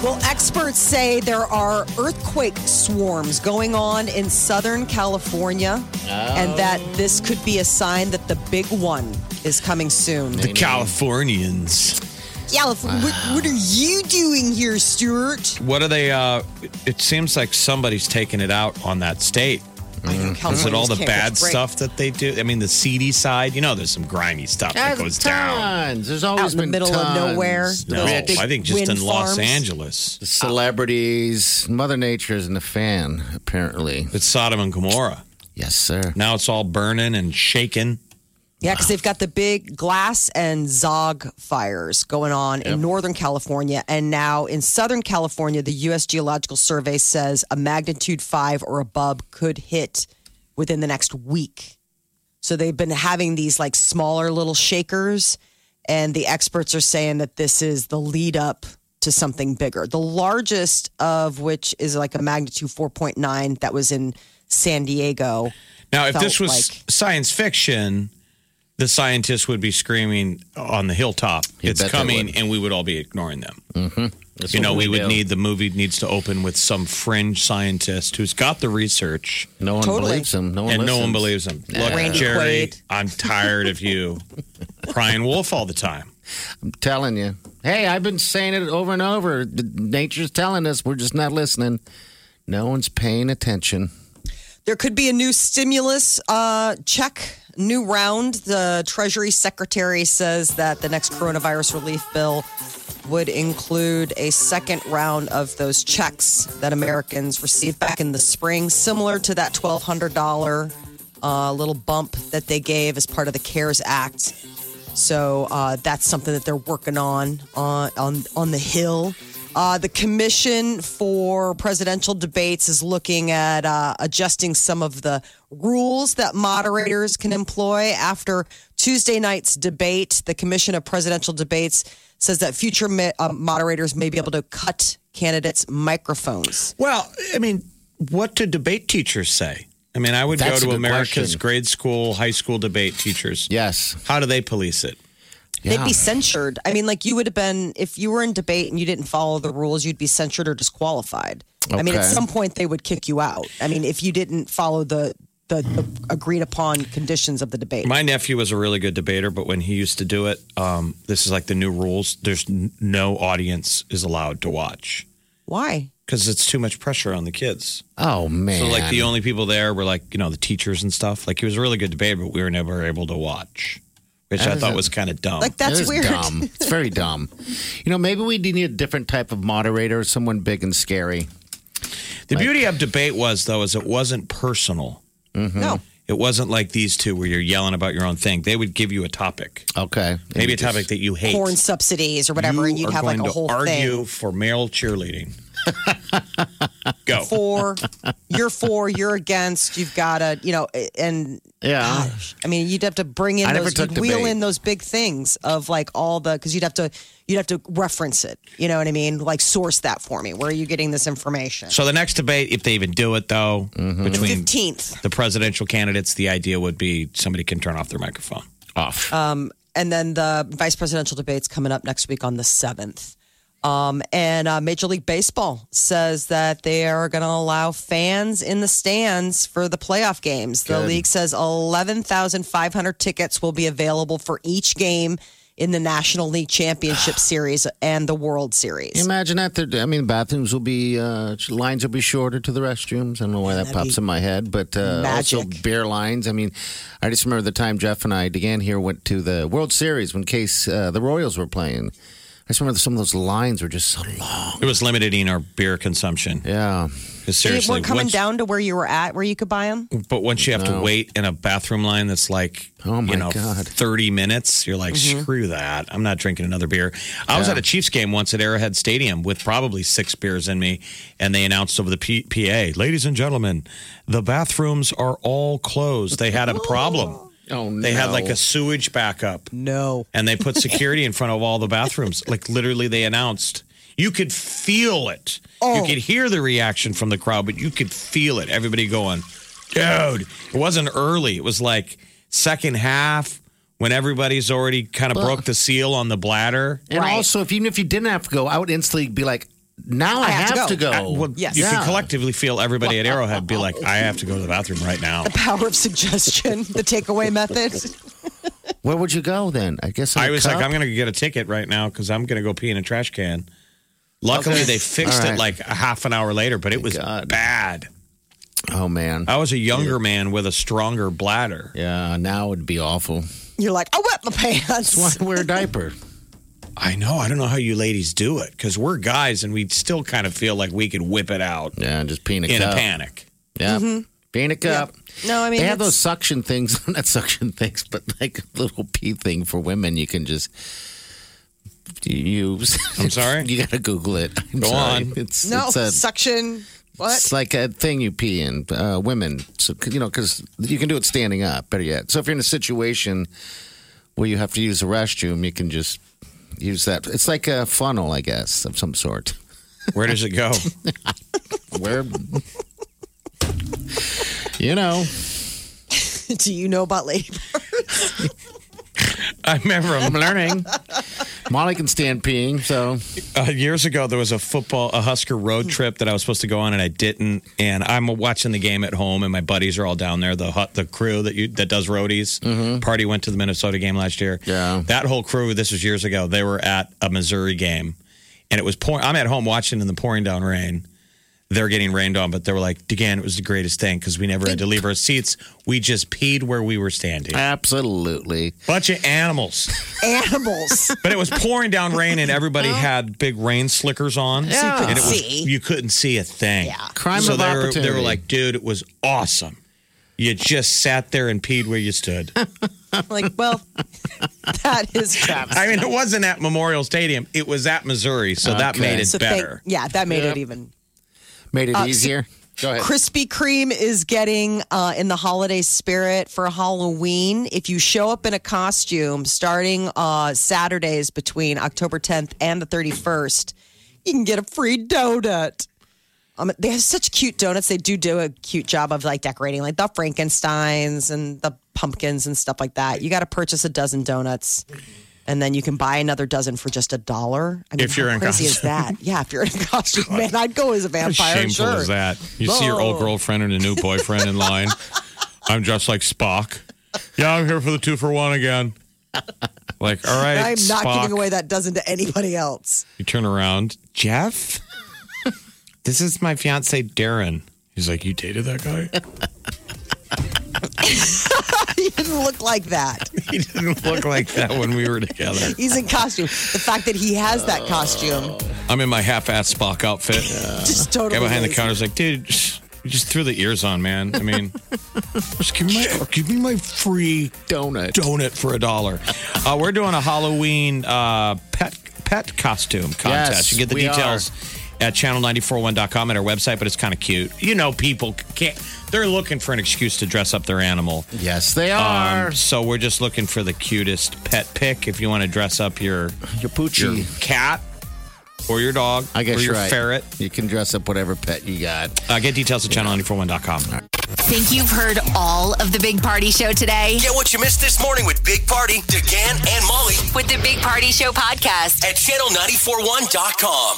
[SPEAKER 4] Well, experts say there are earthquake swarms going on in Southern California,
[SPEAKER 3] Oh.
[SPEAKER 4] and that this could be a sign that the big one is coming soon.
[SPEAKER 3] The Californians.
[SPEAKER 4] California, what, what are you doing here, Stuart?
[SPEAKER 3] What are they? Uh, it seems like somebody's taking it out on that state. Is
[SPEAKER 4] Oh,
[SPEAKER 3] it all the bad stuff that they do? I mean, the seedy side. You know, there's some grimy stuff that goes down.
[SPEAKER 2] tons. There's always
[SPEAKER 4] Out in the
[SPEAKER 2] been
[SPEAKER 4] middle of
[SPEAKER 2] tons.
[SPEAKER 4] nowhere.
[SPEAKER 3] No,
[SPEAKER 4] Those big
[SPEAKER 3] I think just in
[SPEAKER 4] wind
[SPEAKER 3] Los
[SPEAKER 4] farms.
[SPEAKER 3] Angeles,
[SPEAKER 2] The celebrities, Mother Nature isn't a fan, apparently.
[SPEAKER 3] it's Sodom and Gomorrah.
[SPEAKER 2] Yes, sir.
[SPEAKER 3] Now it's all burning and shaking.
[SPEAKER 4] Yeah, because they've got the big glass and Zog fires going on in Northern California. And now in Southern California, the U.S. Geological Survey says a magnitude five or above could hit within the next week. So they've been having these like smaller little shakers. And the experts are saying that this is the lead up to something bigger. The largest of which is like a magnitude 4.9 that was in San Diego.
[SPEAKER 3] Now, if
[SPEAKER 4] felt
[SPEAKER 3] this was
[SPEAKER 4] like-
[SPEAKER 3] science fiction, the scientists would be screaming on the hilltop,
[SPEAKER 2] You
[SPEAKER 3] "It's
[SPEAKER 2] bet they
[SPEAKER 3] coming!"
[SPEAKER 2] would. Mm-hmm.
[SPEAKER 3] and we would all be ignoring them.
[SPEAKER 2] That's
[SPEAKER 3] you know,
[SPEAKER 2] what
[SPEAKER 3] we would
[SPEAKER 2] do.
[SPEAKER 3] need the movie needs to open with some fringe scientist who's got the research.
[SPEAKER 2] No one
[SPEAKER 4] Totally.
[SPEAKER 2] believes him. No one
[SPEAKER 3] and no
[SPEAKER 2] listens.
[SPEAKER 3] one believes him. Look,
[SPEAKER 4] Randy
[SPEAKER 3] Jerry,
[SPEAKER 4] Quaid.
[SPEAKER 3] I'm tired of you crying wolf all the time.
[SPEAKER 2] I'm telling you. Hey, I've been saying it over and over. D- Nature's telling us we're just not listening. No one's paying attention.
[SPEAKER 4] There could be a new stimulus uh, check, new round. The Treasury Secretary says that the next coronavirus relief bill would include a second round of those checks that Americans received back in the spring, similar to that $1,200 uh, little bump that they gave as part of the CARES Act. So uh, that's something that they're working on on on, on the Hill. Uh, the Commission for Presidential Debates is looking at uh, adjusting some of the rules that moderators can employ after Tuesday night's debate. The Commission of Presidential Debates says that future mi- uh, moderators may be able to cut candidates' microphones.
[SPEAKER 3] Well, I mean, what do debate teachers say? I mean, I would
[SPEAKER 2] That's a
[SPEAKER 3] go to
[SPEAKER 2] good
[SPEAKER 3] America's
[SPEAKER 2] question.
[SPEAKER 3] grade school, high school debate teachers.
[SPEAKER 2] Yes.
[SPEAKER 3] How do they police it?
[SPEAKER 4] They'd be censured. I mean, like you would have been if you were in debate and you didn't follow the rules, you'd be censured or disqualified. I mean, at
[SPEAKER 2] Okay.
[SPEAKER 4] some point they would kick you out. I mean, if you didn't follow the the, the agreed upon conditions of the debate.
[SPEAKER 3] My nephew was a really good debater, but when he used to do it, um, this is like the new rules. There's n- no audience is allowed to watch
[SPEAKER 4] Why?
[SPEAKER 3] because it's too much pressure on the kids.
[SPEAKER 2] Oh man.
[SPEAKER 3] So like the only people there were like you know the teachers and stuff. Like he was a really good debater, but we were never able to watch, which I
[SPEAKER 2] That
[SPEAKER 3] thought
[SPEAKER 2] isn't-
[SPEAKER 3] was kind of dumb.
[SPEAKER 4] Like that's
[SPEAKER 2] It is
[SPEAKER 4] weird.
[SPEAKER 2] Dumb. It's very dumb. You know, maybe we do need a different type of moderator, someone big and scary.
[SPEAKER 3] the beauty of debate was though is it wasn't personal.
[SPEAKER 4] No.
[SPEAKER 3] It wasn't like these two where you're yelling about your own thing. They would give you a topic,
[SPEAKER 2] Okay.
[SPEAKER 3] maybe a
[SPEAKER 2] You just-
[SPEAKER 3] topic that you hate.
[SPEAKER 4] Corn subsidies or whatever, and
[SPEAKER 3] You
[SPEAKER 4] you'd
[SPEAKER 3] are
[SPEAKER 4] have like
[SPEAKER 3] going to
[SPEAKER 4] a whole
[SPEAKER 3] argue
[SPEAKER 4] thing.
[SPEAKER 3] for male cheerleading. Go.
[SPEAKER 4] For you're for, you're against, you've gotta, you know, and
[SPEAKER 2] Yeah.
[SPEAKER 4] Gosh, I mean, you'd have to bring in
[SPEAKER 2] I never
[SPEAKER 4] those,
[SPEAKER 2] took
[SPEAKER 4] you'd wheel
[SPEAKER 2] debate.
[SPEAKER 4] in those big things of like all the because you'd have to you'd have to reference it. You know what I mean? Like source that for me. Where are you getting this information?
[SPEAKER 3] So the next debate, if they even do it though,
[SPEAKER 4] Mm-hmm.
[SPEAKER 3] between
[SPEAKER 4] Fifteenth,
[SPEAKER 3] the presidential candidates, the idea would be somebody can turn off their microphone.
[SPEAKER 2] off.
[SPEAKER 4] and then the vice presidential debates coming up next week on the seventh. Um, and uh, Major League Baseball says that they are going to allow fans in the stands for the playoff games. The
[SPEAKER 2] Good.
[SPEAKER 4] league says 11,500 tickets will be available for each game in the National League Championship Series and the World Series.
[SPEAKER 2] Imagine that. there- I mean, bathrooms will be uh, lines will be shorter to the restrooms. I don't know why that pops in my head, but uh, also
[SPEAKER 4] magic.
[SPEAKER 2] beer lines. I mean, I just remember the time Jeff and I again here went to the World Series when Case uh, the Royals were playing. I just remember some of those lines were just so long.
[SPEAKER 3] It was limiting our beer consumption.
[SPEAKER 2] Yeah,
[SPEAKER 3] 'Cause
[SPEAKER 4] They
[SPEAKER 3] seriously,
[SPEAKER 4] weren't coming
[SPEAKER 3] once-
[SPEAKER 4] down to where you were at, where you could buy them.
[SPEAKER 3] But once you have to
[SPEAKER 2] No.
[SPEAKER 3] wait in a bathroom line that's like,
[SPEAKER 2] Oh, my
[SPEAKER 3] you know,
[SPEAKER 2] God. Mm-hmm.
[SPEAKER 3] 30 minutes, you're like, screw that. I'm not drinking another beer. I was at a Chiefs game once at Arrowhead Stadium with probably six beers in me, and they announced over the P- PA, ladies and gentlemen, the bathrooms are all closed. They had a problem.
[SPEAKER 2] Oh,
[SPEAKER 3] They had like
[SPEAKER 2] no.
[SPEAKER 3] a sewage backup,
[SPEAKER 4] No.
[SPEAKER 3] and they put security in front of all the bathrooms. Like, literally, they announced. You could feel it. You could hear the reaction from the crowd, but you could feel it. Everybody going, dude. It wasn't early. It was like second half when everybody's already kind of broke the seal on the bladder.
[SPEAKER 2] and
[SPEAKER 4] Right.
[SPEAKER 2] also if even if you didn't have to go, I would instantly be like, now I,
[SPEAKER 4] have
[SPEAKER 2] have,
[SPEAKER 4] to
[SPEAKER 2] to go.
[SPEAKER 3] I- Uh, well,
[SPEAKER 4] Yes.
[SPEAKER 3] You
[SPEAKER 2] Yeah.
[SPEAKER 3] can collectively feel everybody at Arrowhead be like, I have to go to the bathroom right now.
[SPEAKER 4] Power of suggestion, the takeaway method.
[SPEAKER 2] Where would you go then? I guess in
[SPEAKER 3] I
[SPEAKER 2] a
[SPEAKER 3] was like,
[SPEAKER 2] cup?
[SPEAKER 3] I'm going to get a ticket right now because I'm going to go pee in a trash can. Luckily,
[SPEAKER 2] Okay.
[SPEAKER 3] they fixed
[SPEAKER 2] All
[SPEAKER 3] it
[SPEAKER 2] right.
[SPEAKER 3] like a half an hour later, but it was
[SPEAKER 2] God.
[SPEAKER 3] bad.
[SPEAKER 2] Oh man.
[SPEAKER 3] I was a younger man with a stronger bladder.
[SPEAKER 2] Yeah, now would be awful.
[SPEAKER 4] You're like, I wet my
[SPEAKER 2] Why
[SPEAKER 4] pants.
[SPEAKER 2] wear a diaper?
[SPEAKER 3] I know. I don't know how you ladies do it because we're guys and we still kind of feel like we could whip it out
[SPEAKER 2] Yeah, just pee in a
[SPEAKER 3] in
[SPEAKER 2] cup.
[SPEAKER 3] a panic.
[SPEAKER 2] Yeah. Pee in a cup.
[SPEAKER 4] No, Mm-hmm. I mean,
[SPEAKER 2] they have those
[SPEAKER 4] it's-
[SPEAKER 2] suction things, not suction things, but like a little pee thing for women. You can just use.
[SPEAKER 3] I'm sorry?
[SPEAKER 2] you gotta Google it. I'm
[SPEAKER 3] Go
[SPEAKER 2] sorry.
[SPEAKER 3] on.
[SPEAKER 2] It's
[SPEAKER 4] no
[SPEAKER 2] it's, a,
[SPEAKER 4] suction. What?
[SPEAKER 2] it's like a thing you pee in. Uh, women, so you know, because you can do it standing up. Better yet, so if you're in a situation where you have to use a restroom, you can just use that. It's like a funnel, I guess, of some sort.
[SPEAKER 3] Where does it go?
[SPEAKER 2] Where. You know,
[SPEAKER 4] Do you know about lady?
[SPEAKER 3] I remember
[SPEAKER 2] I'm learning. Molly can stand peeing, so
[SPEAKER 3] uh, years ago there was a football a Husker road trip that I was supposed to go on and I didn't and I'm watching the game at home and my buddies are all down there the hut the crew that you that does roadies party went to the Minnesota game last year
[SPEAKER 2] Yeah.
[SPEAKER 3] that whole crew this was years ago they were at a Missouri game and it was pouring I'm at home watching in the pouring down rain they're getting rained on but they were like DeGan it was the greatest thing because we never had to leave our seats we just peed where we were standing
[SPEAKER 2] Absolutely.
[SPEAKER 3] bunch of animals
[SPEAKER 4] Animals.
[SPEAKER 3] but it was pouring down rain, and everybody
[SPEAKER 4] Oh.
[SPEAKER 3] had big rain slickers on.
[SPEAKER 2] Yeah.
[SPEAKER 3] and it was
[SPEAKER 4] see.
[SPEAKER 3] you couldn't see a thing. Yeah,
[SPEAKER 2] Crime
[SPEAKER 3] so
[SPEAKER 2] of
[SPEAKER 3] they were, They were
[SPEAKER 2] opportunity.
[SPEAKER 3] like, dude, it was awesome. You just sat there and peed where you stood.
[SPEAKER 4] like, well, that is Travis.
[SPEAKER 3] I mean, it wasn't at Memorial Stadium; it was at Missouri, so that
[SPEAKER 2] Okay.
[SPEAKER 3] made it
[SPEAKER 4] So thank-
[SPEAKER 3] better.
[SPEAKER 4] yeah, that made it even.
[SPEAKER 2] Made
[SPEAKER 3] "Uh,
[SPEAKER 2] it easier. Go ahead.
[SPEAKER 4] Krispy Kreme is getting uh, in the holiday spirit for Halloween. If you show up in a costume starting uh, Saturdays between October 10th and the 31st, you can get a free donut. Um, they have such cute donuts. They do do a cute job of like decorating, like the Frankenstein's and the pumpkins and stuff like that. You got to purchase a dozen donuts, and then you can buy another dozen for just a dollar. I mean,
[SPEAKER 3] If you're
[SPEAKER 4] how
[SPEAKER 3] in
[SPEAKER 4] crazy is that? Yeah, if you're in a costume, man, I'd go as a
[SPEAKER 3] How
[SPEAKER 4] vampire.
[SPEAKER 3] shameful
[SPEAKER 4] sure.
[SPEAKER 3] is that? You see your old girlfriend and a new boyfriend in line. I'm dressed like Spock. Yeah, I'm here for the two for one again. Like, all right,
[SPEAKER 4] I'm not
[SPEAKER 3] Spock.
[SPEAKER 4] giving away that dozen to anybody else.
[SPEAKER 3] You turn around, Jeff. this is my fiance Darren. He's like, you dated that guy?
[SPEAKER 4] He didn't look like that.
[SPEAKER 3] he didn't look like that when we were together.
[SPEAKER 4] He's in costume. The fact that he has that costume
[SPEAKER 3] I'm in my half-ass Spock outfit.
[SPEAKER 4] just
[SPEAKER 3] Guy
[SPEAKER 4] totally.
[SPEAKER 3] behind the
[SPEAKER 4] amazing.
[SPEAKER 3] counter's like, dude, just, you just threw the ears on, man. I mean, just give me my, give me my free
[SPEAKER 2] Donut.
[SPEAKER 3] donut for a dollar. Uh, we're doing a Halloween uh, pet pet costume contest.
[SPEAKER 2] Yes,
[SPEAKER 3] you get the
[SPEAKER 2] we
[SPEAKER 3] details at channel941.com at our website, but it's kind of cute. You know, people can't. They're looking for an excuse to dress up their animal.
[SPEAKER 2] Yes, they are.
[SPEAKER 3] Um, so we're just looking for the cutest pet pick. If you want to dress up your
[SPEAKER 2] your poochie.
[SPEAKER 3] your cat, or your dog,
[SPEAKER 2] I guess
[SPEAKER 3] or your
[SPEAKER 2] you're right.
[SPEAKER 3] ferret.
[SPEAKER 2] You can dress up whatever pet you got.
[SPEAKER 3] Uh, get details at channel941.com.
[SPEAKER 1] Think you've heard all of the Big Party Show today?
[SPEAKER 5] Get what you missed this morning with Big Party, DeGan, and Molly
[SPEAKER 1] With the Big Party Show podcast.
[SPEAKER 5] at channel941.com.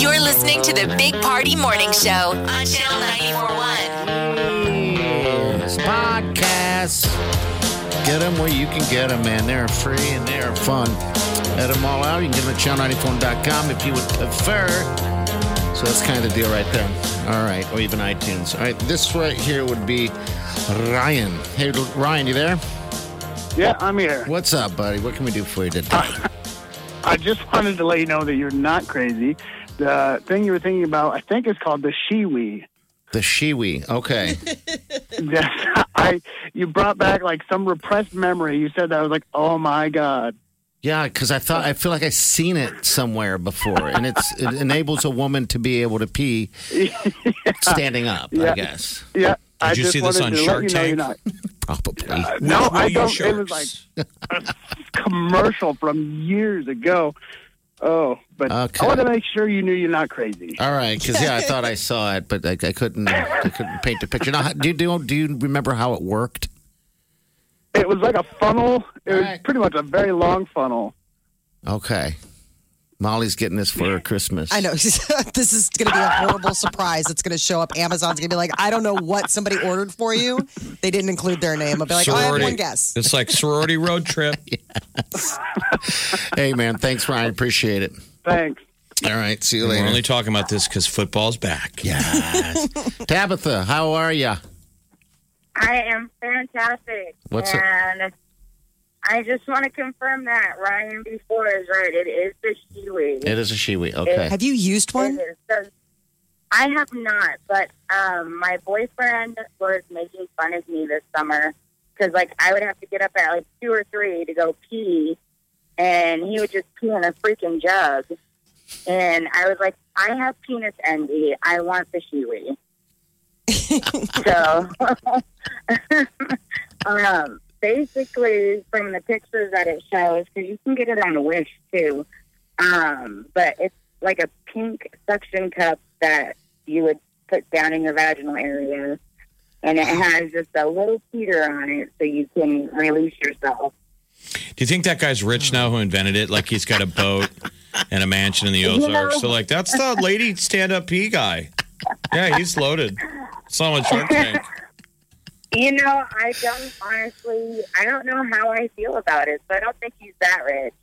[SPEAKER 1] You're listening to the Big Party Morning Show on Channel 941.
[SPEAKER 2] Yes, podcasts. Get them where you can get them, man. They're free and they're fun. Head them all out. You can get them at channel94.com if you would prefer. So that's kind of the deal right there. All right, or even iTunes. All right, this right here would be Ryan. Hey, Ryan, you there?
[SPEAKER 9] Yeah, I'm here.
[SPEAKER 2] What's up, buddy? What can we do for you today?
[SPEAKER 9] I just wanted to let you know that you're not crazy. The thing you were thinking about, I think, is called the shiwi.
[SPEAKER 2] the shiwi. Okay.
[SPEAKER 9] Yes, I. You brought back like some repressed memory. You said that I was like, oh my god.
[SPEAKER 2] Yeah, because I thought I feel like I've seen it somewhere before, and it's it enables a woman to be able to pee standing up. I
[SPEAKER 9] Yeah.
[SPEAKER 2] guess
[SPEAKER 9] Yeah. I
[SPEAKER 3] you
[SPEAKER 9] just
[SPEAKER 3] see this
[SPEAKER 9] wanted
[SPEAKER 3] on
[SPEAKER 9] to
[SPEAKER 3] Shark
[SPEAKER 9] let you know you're
[SPEAKER 3] Tank?
[SPEAKER 9] not.
[SPEAKER 2] probably.
[SPEAKER 9] No,
[SPEAKER 3] What were
[SPEAKER 9] I
[SPEAKER 3] you
[SPEAKER 9] don't. It
[SPEAKER 3] sharks?
[SPEAKER 9] was like commercial from years ago. Oh, but
[SPEAKER 2] Okay.
[SPEAKER 9] I wanted to make sure you knew you're not crazy.
[SPEAKER 2] All right, because yeah, I thought I saw it, but I, I couldn't. I couldn't paint the picture. Now, how- do you do, you- do you remember how it worked?
[SPEAKER 9] It was like a funnel. It was
[SPEAKER 2] Alright.
[SPEAKER 9] pretty much a very long funnel.
[SPEAKER 2] Okay, Molly's getting this for her Christmas.
[SPEAKER 4] I know. this is going to be a horrible surprise. It's going to show up. Amazon's going to be like, I don't know what somebody ordered for you. They didn't include their name. I'll be like, oh, I have one guess.
[SPEAKER 3] It's like sorority road trip.
[SPEAKER 2] Hey, man, thanks, Ryan. Appreciate it.
[SPEAKER 9] Thanks.
[SPEAKER 2] All right, see you
[SPEAKER 3] We're
[SPEAKER 2] later.
[SPEAKER 3] only talking about this because football's back.
[SPEAKER 2] Yes. Tabitha, how are you?
[SPEAKER 8] I am fantastic.
[SPEAKER 2] What's it?
[SPEAKER 8] and I just want to confirm that Ryan before is right. It is the shiwi.
[SPEAKER 2] It is a shiwi. Okay.
[SPEAKER 4] Have you used
[SPEAKER 8] It
[SPEAKER 4] one?
[SPEAKER 8] is. So, I have not, but um, my boyfriend was making fun of me this summer because, like, I would have to get up at like two or three to go pee, and he would just pee in a freaking jug. And I was like, I have penis envy. I want the shiwi. so, um, basically, from the pictures that it shows, because you can get it on Wish too, um, but it's like a pink suction cup that you would put down in your vaginal area, and it has just a little heater on it so you can release yourself.
[SPEAKER 3] Do you think that guy's rich now who invented it? Like he's got a boat and a mansion in the Ozarks. So like that's the lady stand up pee guy. Yeah, he's loaded. Saw him on Shark Tank.
[SPEAKER 8] You know, I don't honestly, I don't know how I feel about it, so I don't think he's that rich.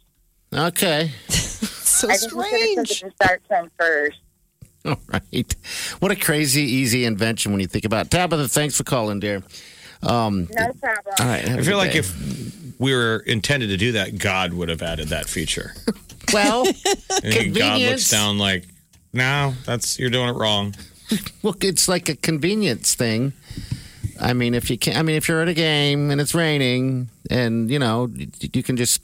[SPEAKER 2] Okay.
[SPEAKER 4] So
[SPEAKER 8] I think he's going to
[SPEAKER 4] strange.
[SPEAKER 8] take it to Shark Tank first.
[SPEAKER 2] All right. What a crazy, easy invention when you think about it. Tabitha, thanks for calling, dear. Um,
[SPEAKER 8] No problem.
[SPEAKER 2] all right. have
[SPEAKER 3] I
[SPEAKER 2] a
[SPEAKER 3] feel
[SPEAKER 2] good
[SPEAKER 3] like
[SPEAKER 2] day.
[SPEAKER 3] if we were intended to do that, God would have added that feature.
[SPEAKER 2] well,
[SPEAKER 3] And then God looks
[SPEAKER 2] Convenience.
[SPEAKER 3] down like, no, that's you're doing it wrong.
[SPEAKER 2] look, it's like a convenience thing. I mean, if you can, I mean, if you're at a game and it's raining, and you know, you, you can just,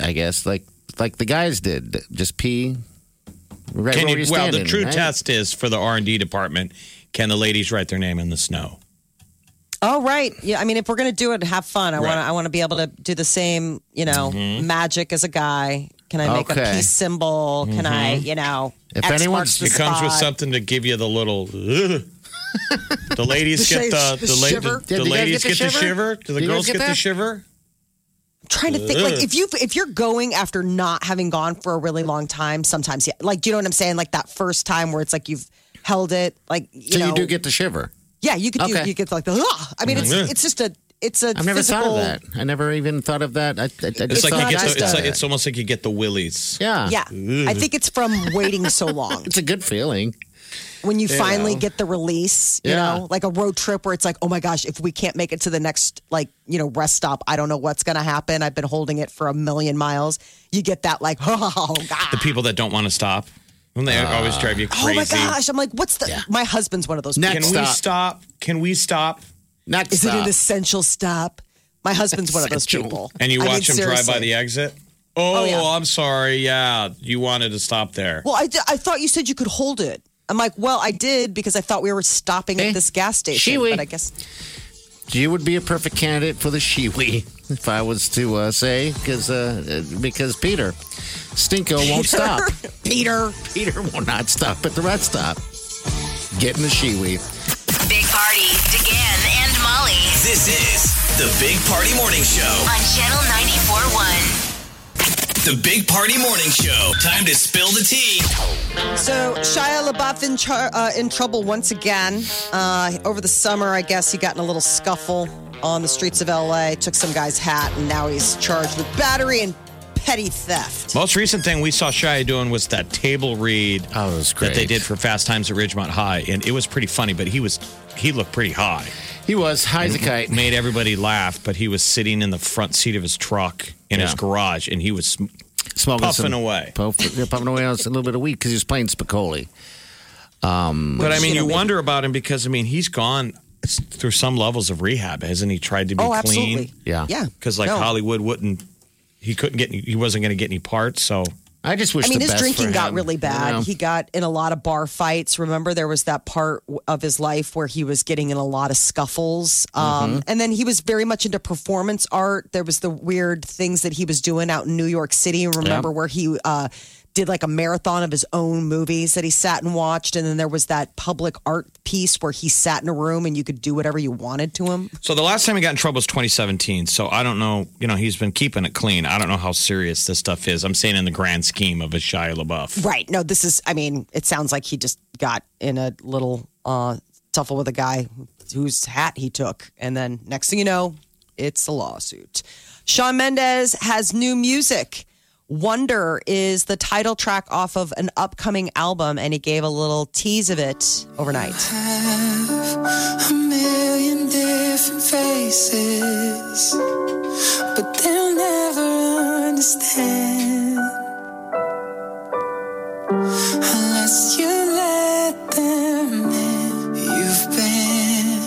[SPEAKER 2] I guess, like like the guys did, just pee. Right
[SPEAKER 3] Can
[SPEAKER 2] where
[SPEAKER 3] you?
[SPEAKER 2] you're
[SPEAKER 3] Well, the
[SPEAKER 2] standing,
[SPEAKER 3] true
[SPEAKER 2] right?
[SPEAKER 3] test is for the R and D department. Can the ladies write their name in the snow?
[SPEAKER 4] Oh, right. Yeah. I mean, if we're going to do it, have fun. I
[SPEAKER 3] Right. Mm-hmm.
[SPEAKER 4] want to I want to be able to do the same, you know, magic as a guy. Can I make
[SPEAKER 2] Okay.
[SPEAKER 4] a peace symbol? Can I,
[SPEAKER 3] Mm-hmm.
[SPEAKER 4] you know,
[SPEAKER 2] If
[SPEAKER 4] X
[SPEAKER 2] anyone's-
[SPEAKER 4] marks the
[SPEAKER 3] It comes with
[SPEAKER 4] spot.
[SPEAKER 3] something to give you the little. "Ugh." The ladies
[SPEAKER 4] The
[SPEAKER 3] get the
[SPEAKER 4] shades, the
[SPEAKER 3] the, la-
[SPEAKER 4] shiver.
[SPEAKER 2] Did
[SPEAKER 3] the, the
[SPEAKER 2] you guys
[SPEAKER 3] ladies
[SPEAKER 2] get
[SPEAKER 3] get
[SPEAKER 2] the
[SPEAKER 3] the
[SPEAKER 2] shiver?
[SPEAKER 3] shiver. Do the
[SPEAKER 2] Did you guys
[SPEAKER 3] girls
[SPEAKER 2] get
[SPEAKER 3] get the
[SPEAKER 2] that?
[SPEAKER 3] shiver?
[SPEAKER 4] trying to think like if you if you're going after not having gone for a really long time sometimes yeah like do you know what i'm saying like that first time where it's like you've held it like you
[SPEAKER 2] so
[SPEAKER 4] know
[SPEAKER 2] you do get the shiver.
[SPEAKER 4] yeah you could
[SPEAKER 2] Okay.
[SPEAKER 4] do, you get like the "Ugh." i mean it's
[SPEAKER 2] Yeah.
[SPEAKER 4] it's just a it's a
[SPEAKER 2] I've never
[SPEAKER 4] physical,
[SPEAKER 2] thought of that. I never even thought of that. I, I, I
[SPEAKER 3] It's,
[SPEAKER 2] just
[SPEAKER 3] like
[SPEAKER 2] thought
[SPEAKER 3] you get
[SPEAKER 2] just
[SPEAKER 3] the, it's
[SPEAKER 2] of
[SPEAKER 3] like
[SPEAKER 2] it.
[SPEAKER 3] it's almost like you get the willies.
[SPEAKER 2] Yeah.
[SPEAKER 4] yeah i think it's from waiting so long
[SPEAKER 2] it's a good feeling.
[SPEAKER 4] when you
[SPEAKER 2] Yeah.
[SPEAKER 4] finally get the release you
[SPEAKER 2] Yeah.
[SPEAKER 4] know like a road trip where it's like oh my gosh if we can't make it to the next like you know rest stop i don't know what's gonna happen i've been holding it for a million miles you get that like oh god
[SPEAKER 3] The people that don't want to stop. When they always drive you
[SPEAKER 4] Oh
[SPEAKER 3] crazy.
[SPEAKER 4] my gosh! I'm like, what's the? My husband's one of those.
[SPEAKER 3] Next
[SPEAKER 4] people.
[SPEAKER 3] Can we stop. Can we stop?
[SPEAKER 2] Next
[SPEAKER 4] Is it an essential stop? My husband's one of those people.
[SPEAKER 3] And you
[SPEAKER 4] I mean,
[SPEAKER 3] watch them drive by
[SPEAKER 4] seriously.
[SPEAKER 3] the exit. Oh,
[SPEAKER 4] Oh, yeah.
[SPEAKER 3] I'm sorry. Yeah, you wanted to stop there.
[SPEAKER 4] Well, I, d- I thought you said you could hold it. I'm like, well, I did because I thought we were stopping
[SPEAKER 3] Eh,
[SPEAKER 4] at this gas station.
[SPEAKER 2] shiwi.
[SPEAKER 4] But I guess
[SPEAKER 2] You would be a perfect candidate for the shiwi if I was to uh, say because uh, because Peter Stinko won't stop.
[SPEAKER 4] Peter
[SPEAKER 2] Peter will not stop at the rest stop. Getting the shiwi.
[SPEAKER 1] Big Party, DeGan and Molly
[SPEAKER 5] This is the Big Party Morning Show.
[SPEAKER 1] on Channel 94.1.
[SPEAKER 5] The Big Party Morning Show. Time to spill the tea.
[SPEAKER 4] so. Shia LaBeouf in char- uh, in trouble once again. Uh, over the summer, I guess he got in a little scuffle on the streets of L.A. Took some guy's hat, and now he's charged with battery and petty theft.
[SPEAKER 3] Most recent thing we saw Shia doing was that table read
[SPEAKER 2] Oh,
[SPEAKER 3] that they did for Fast Times at Ridgemont High, and it was pretty funny. But he was he looked pretty high.
[SPEAKER 2] He was high as a kite.
[SPEAKER 3] Made everybody laugh, but he was sitting in the front seat of his truck in his
[SPEAKER 2] Yeah.
[SPEAKER 3] garage, and he was sm-
[SPEAKER 2] Smoking
[SPEAKER 3] puffing
[SPEAKER 2] some-
[SPEAKER 3] away.
[SPEAKER 2] Puff, yeah, puffing away on a little bit of weed because he was playing Spicoli. Um,
[SPEAKER 3] But I mean, you wonder about him because I mean he's gone s- through some levels of rehab, hasn't he? Tried to be
[SPEAKER 4] Oh,
[SPEAKER 3] clean,
[SPEAKER 4] absolutely. Yeah. Yeah.
[SPEAKER 3] Because like
[SPEAKER 4] No.
[SPEAKER 3] Hollywood wouldn't, he couldn't get, any- he wasn't going to get any parts. So
[SPEAKER 2] I just
[SPEAKER 4] I mean, his drinking got really bad. He got in a lot of bar fights. Remember, there was that part w- of his life where he was getting in a lot of scuffles.
[SPEAKER 10] Mhm.
[SPEAKER 4] Um, And then he was very much into performance art. There was the weird things that he was doing out in New York City. Remember
[SPEAKER 10] Yeah.
[SPEAKER 4] where he uh, did like a marathon of his own movies that he sat and watched. And then there was that public art piece where he sat in a room and you could do whatever you wanted to him.
[SPEAKER 3] So the last time he got in trouble was 2017. So I don't know. You know, he's been keeping it clean. I don't know how serious this stuff is. I'm saying in the grand scheme of a Shia LaBeouf.
[SPEAKER 4] Right. No, this is, I mean, it sounds like he just got in a little uh, tuffle with a guy whose hat he took. And then next thing you know, it's a lawsuit. Sean Mendez has new music. Wonder is the title track off of an upcoming album, and he gave a little tease of it overnight.
[SPEAKER 7] have a million different faces, but they'll never understand unless you let them in. You've been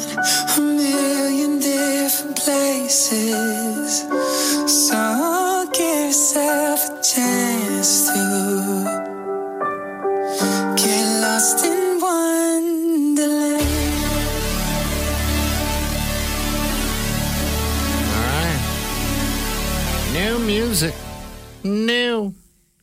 [SPEAKER 7] a million different places, so give yourself a chance to. Get lost in wonderland.
[SPEAKER 2] All right. New music. New.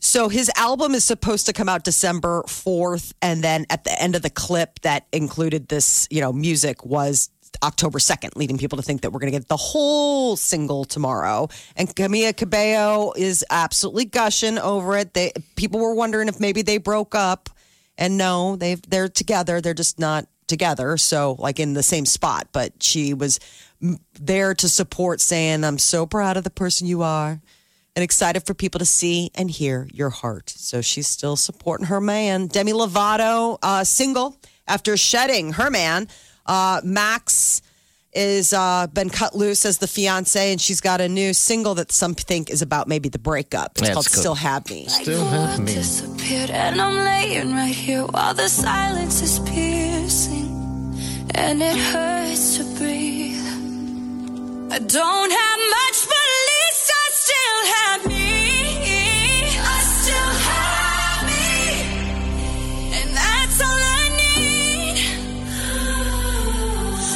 [SPEAKER 4] So his album is supposed to come out December 4th. And then at the end of the clip that included this, you know, music was October 2nd, leading people to think that we're going to get the whole single tomorrow. And Camila Cabello is absolutely gushing over it. They people were wondering if maybe they broke up. And no, they they're together. They're just not together. So like in the same spot, but she was mm, there to support saying, "I'm so proud of the person you are." and excited for people to see and hear your heart. So she's still supporting her man. Demi Lovato, uh, single after shedding her man. Uh, Max is uh, been cut loose as the fiance, and she's got a new single that some think is about maybe the breakup. It's
[SPEAKER 7] That's
[SPEAKER 4] called
[SPEAKER 7] good.
[SPEAKER 4] "Still Have Me."
[SPEAKER 7] Still Have Me. disappeared and I'm laying right here while the silence is piercing and it hurts to breathe. I don't have much, but at least I still have me. I still have me, and that's all I need.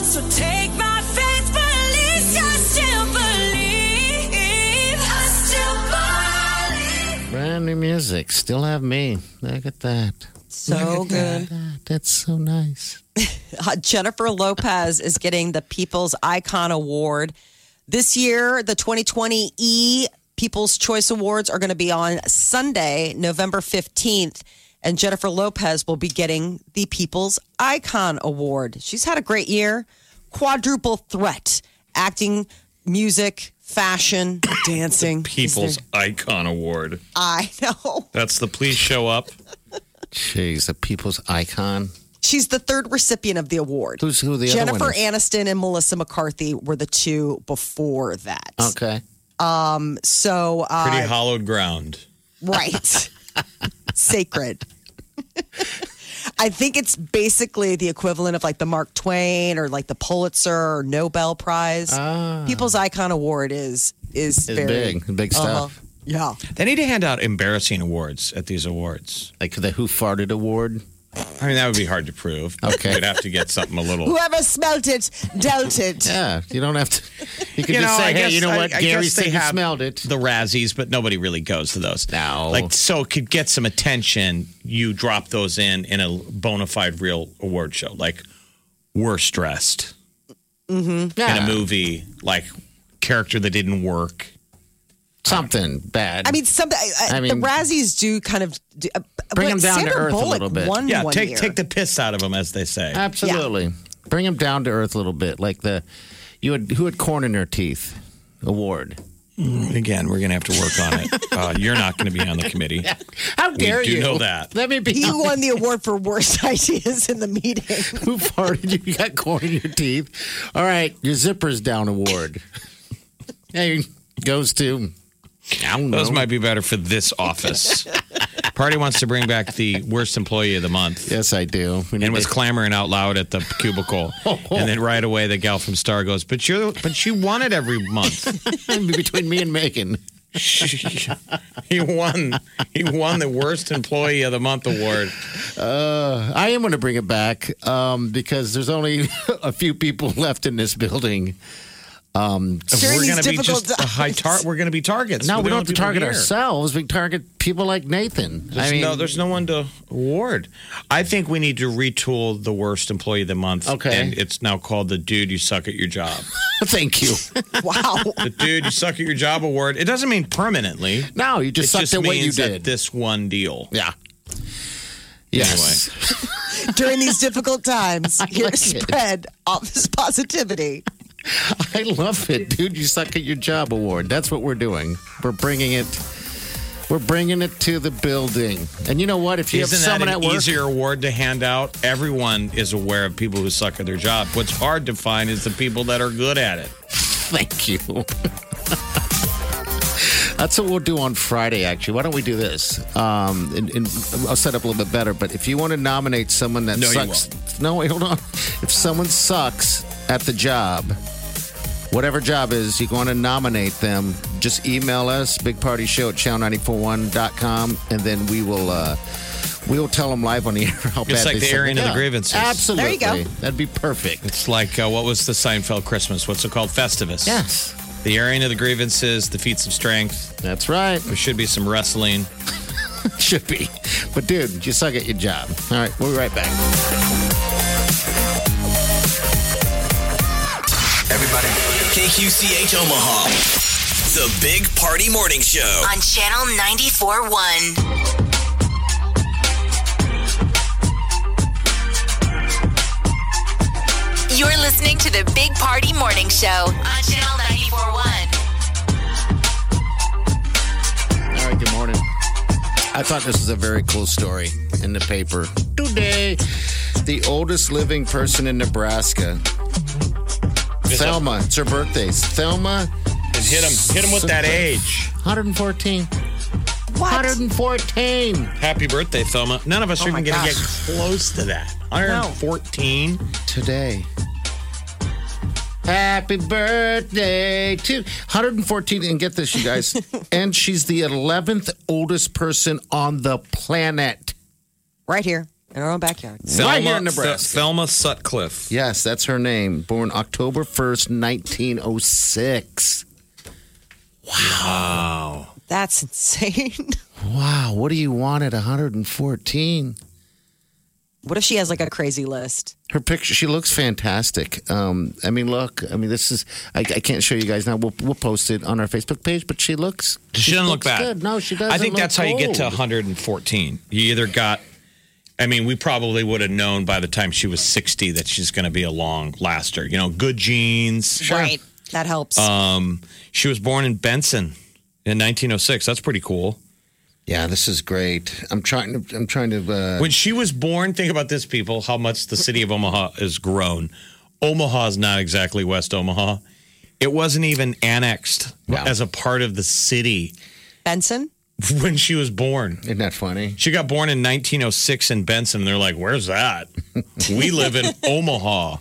[SPEAKER 7] So take my faith, but at least I still believe. I still believe.
[SPEAKER 2] Brand new music. Still have me. Look at that.
[SPEAKER 4] So
[SPEAKER 2] Look at
[SPEAKER 4] good.
[SPEAKER 2] that. That's so nice.
[SPEAKER 4] Uh, Jennifer Lopez is getting the People's Icon Award. This year, the 2020 E People's Choice Awards are going to be on Sunday, November 15th, and Jennifer Lopez will be getting the People's Icon Award. She's had a great year, quadruple threat acting, music, fashion, dancing.
[SPEAKER 3] People's
[SPEAKER 4] Is there-
[SPEAKER 3] Icon Award.
[SPEAKER 4] I know.
[SPEAKER 3] That's the please show up.
[SPEAKER 2] Jeez, the people's icon.
[SPEAKER 4] She's the third recipient of the award.
[SPEAKER 2] Who's who? The
[SPEAKER 4] Jennifer
[SPEAKER 2] other one is?
[SPEAKER 4] Aniston and Melissa McCarthy were the two before that.
[SPEAKER 2] Okay.
[SPEAKER 4] Um, so uh,
[SPEAKER 3] Pretty hollowed ground.
[SPEAKER 4] right, sacred. I think it's basically the equivalent of like the Mark Twain or like the Pulitzer or Nobel Prize.
[SPEAKER 2] Ah,
[SPEAKER 4] People's Icon Award is is
[SPEAKER 3] Ah. It's
[SPEAKER 4] very Uh-huh.
[SPEAKER 3] big, Uh-huh. big stuff.
[SPEAKER 4] Yeah,
[SPEAKER 3] They need to hand out embarrassing awards at these awards.
[SPEAKER 2] Like the Who Farted Award?
[SPEAKER 3] I mean, that would be hard to prove.
[SPEAKER 2] Okay.
[SPEAKER 3] You'd have to get something a little.
[SPEAKER 4] whoever smelt it dealt it.
[SPEAKER 2] Yeah, you don't have to. You can
[SPEAKER 3] You
[SPEAKER 2] just
[SPEAKER 3] know,
[SPEAKER 2] say,
[SPEAKER 3] I
[SPEAKER 2] hey,
[SPEAKER 3] guess-
[SPEAKER 2] you know
[SPEAKER 3] I-
[SPEAKER 2] what?
[SPEAKER 3] I
[SPEAKER 2] Gary
[SPEAKER 3] guess they
[SPEAKER 2] said you
[SPEAKER 3] have
[SPEAKER 2] smelled it.
[SPEAKER 3] The Razzies, but nobody really goes to those.
[SPEAKER 2] No.
[SPEAKER 3] Like, so it could get some attention. You drop those in in a bona fide real award show, like worst dressed
[SPEAKER 4] Mm-hmm.
[SPEAKER 3] in a movie, like character that didn't work.
[SPEAKER 2] Something bad.
[SPEAKER 4] I mean, some I,
[SPEAKER 3] I mean-
[SPEAKER 4] the Razzies do kind of do, uh,
[SPEAKER 2] Bring
[SPEAKER 4] what,
[SPEAKER 2] 'em down to
[SPEAKER 4] Sandra
[SPEAKER 2] earth a
[SPEAKER 4] Bullock
[SPEAKER 2] little bit.
[SPEAKER 4] Won
[SPEAKER 3] yeah,
[SPEAKER 4] one
[SPEAKER 3] take
[SPEAKER 4] year.
[SPEAKER 3] take the piss out of them, as they say.
[SPEAKER 2] Absolutely. Bring him down to earth a little bit. Like the, you had, who had corn in her teeth award?
[SPEAKER 3] Again, we're going to have to work on it. Uh, you're not going to be on the committee.
[SPEAKER 2] How
[SPEAKER 3] We
[SPEAKER 2] dare
[SPEAKER 3] do
[SPEAKER 2] you?
[SPEAKER 3] know that.
[SPEAKER 2] Let me be.
[SPEAKER 4] He won the award for worst ideas in the meeting.
[SPEAKER 2] Who farted? You got corn in your teeth. All right, your zipper's down award. hey, goes to. I don't
[SPEAKER 3] Those
[SPEAKER 2] know.
[SPEAKER 3] might be better for this office. Party wants to bring back the worst employee of the month.
[SPEAKER 2] Yes, I do.
[SPEAKER 3] and was clamoring out loud at the cubicle. And then right away, the gal from Star goes, "But you're, but you won it every month."
[SPEAKER 2] Between me and Megan,
[SPEAKER 3] he won. He won the worst employee of the month award.
[SPEAKER 2] Uh, I am going to bring it back um, because there's only a few people left in this building. Um,
[SPEAKER 3] we're gonna be just a high tar- We're going to be targets.
[SPEAKER 2] No,
[SPEAKER 3] We're
[SPEAKER 2] we
[SPEAKER 3] the
[SPEAKER 2] don't have to
[SPEAKER 3] only people
[SPEAKER 2] target
[SPEAKER 3] here.
[SPEAKER 2] ourselves. We target people like Nathan.
[SPEAKER 3] There's
[SPEAKER 2] I mean,
[SPEAKER 3] no, there's no one to award. I think we need to retool the worst employee of the month.
[SPEAKER 2] Okay.
[SPEAKER 3] and it's now called the dude you suck at your job.
[SPEAKER 2] thank you.
[SPEAKER 4] wow.
[SPEAKER 3] the dude you suck at your job award. It doesn't mean permanently.
[SPEAKER 2] No, you just
[SPEAKER 3] it
[SPEAKER 2] sucked
[SPEAKER 3] just
[SPEAKER 2] at what you
[SPEAKER 3] means
[SPEAKER 2] did.
[SPEAKER 3] At this one deal.
[SPEAKER 2] Yeah.
[SPEAKER 3] Yes.
[SPEAKER 4] During these difficult times, here
[SPEAKER 2] like
[SPEAKER 4] to
[SPEAKER 2] it.
[SPEAKER 4] spread office positivity.
[SPEAKER 2] I love it, dude. You suck at your job award. That's what we're doing. We're bringing it. We're bringing it to the building. And you know what? If you
[SPEAKER 3] Isn't
[SPEAKER 2] have
[SPEAKER 3] that
[SPEAKER 2] someone
[SPEAKER 3] an
[SPEAKER 2] at work,
[SPEAKER 3] easier award to hand out? Everyone is aware of people who suck at their job. What's hard to find is the people that are good at it.
[SPEAKER 2] thank you. That's what we'll do on Friday. Actually, why don't we do this? Um, and, and I'll set up a little bit better. But if you want to nominate someone that
[SPEAKER 3] No, you
[SPEAKER 2] sucks, no, wait, hold on. If someone sucks at the job, whatever job is, you want to nominate them, just email us, bigpartyshow at channel941.com, and then we will uh, we will tell them live on the air how
[SPEAKER 3] It's
[SPEAKER 2] bad
[SPEAKER 3] like
[SPEAKER 2] they
[SPEAKER 3] the airing
[SPEAKER 2] suck.
[SPEAKER 3] of the
[SPEAKER 2] Yeah,
[SPEAKER 3] grievances.
[SPEAKER 2] Absolutely.
[SPEAKER 3] There you go.
[SPEAKER 2] That'd be perfect.
[SPEAKER 3] It's like uh, what was the Seinfeld Christmas? What's it called? Festivus.
[SPEAKER 2] Yes.
[SPEAKER 3] The airing of the grievances, the feats of strength.
[SPEAKER 2] That's right.
[SPEAKER 3] There should be some wrestling.
[SPEAKER 2] Should be. But dude, you suck at your job. All right, we'll be right back.
[SPEAKER 5] Everybody. KQCH Omaha. The Big Party Morning Show.
[SPEAKER 1] On Channel 94.1. You're listening to the Big Party Morning Show on Channel 94.1.
[SPEAKER 2] All right, good morning. I thought this was a very cool story in the paper today. The oldest living person in Nebraska, Thelma. It's her birthday. Thelma.
[SPEAKER 3] hit him, hit him with that age.
[SPEAKER 2] 114.
[SPEAKER 4] What?
[SPEAKER 2] 114.
[SPEAKER 3] Happy birthday, Thelma. None of us
[SPEAKER 4] Oh
[SPEAKER 3] are
[SPEAKER 4] my
[SPEAKER 3] even going to
[SPEAKER 4] gosh.
[SPEAKER 3] get close to that. 114.
[SPEAKER 2] Today. Happy birthday to 114. And get this, you guys. and she's the 11th oldest person on the planet.
[SPEAKER 4] Right here in our own backyard.
[SPEAKER 2] right here in
[SPEAKER 3] Thelma-
[SPEAKER 2] Nebraska.
[SPEAKER 3] Thelma Sutcliffe.
[SPEAKER 2] Yes, that's her name. Born October oh 1st, 1906.
[SPEAKER 3] Wow.
[SPEAKER 4] That's insane.
[SPEAKER 2] Wow, what do you want at 114?
[SPEAKER 4] What if she has like a crazy list?
[SPEAKER 2] Her picture, she looks fantastic. Um, I mean, look, I mean, this is, I, I can't show you guys now. We'll, we'll post it on our Facebook page, but she looks.
[SPEAKER 3] She doesn't look
[SPEAKER 2] looks
[SPEAKER 3] bad.
[SPEAKER 2] Good. No, she doesn't.
[SPEAKER 3] I think
[SPEAKER 2] look
[SPEAKER 3] that's how you get to
[SPEAKER 2] old.
[SPEAKER 3] 114. You either got, I mean, we probably would have known by the time she was 60 that she's going to be a long laster. You know, good genes.
[SPEAKER 4] Right. That helps.
[SPEAKER 2] Uh,
[SPEAKER 3] Um, she was born in Benson in 1906. That's pretty cool.
[SPEAKER 2] Yeah, this is great. I'm trying to. I'm trying to. Uh,
[SPEAKER 3] When she was born, think about this, people. How much the city of Omaha has grown. Omaha is not exactly West Omaha. It wasn't even annexed as a part of the city
[SPEAKER 4] Benson?
[SPEAKER 3] when she was born.
[SPEAKER 2] Isn't that funny?
[SPEAKER 3] She got born in 1906 in Benson. They're like, "Where's that? we live in Omaha."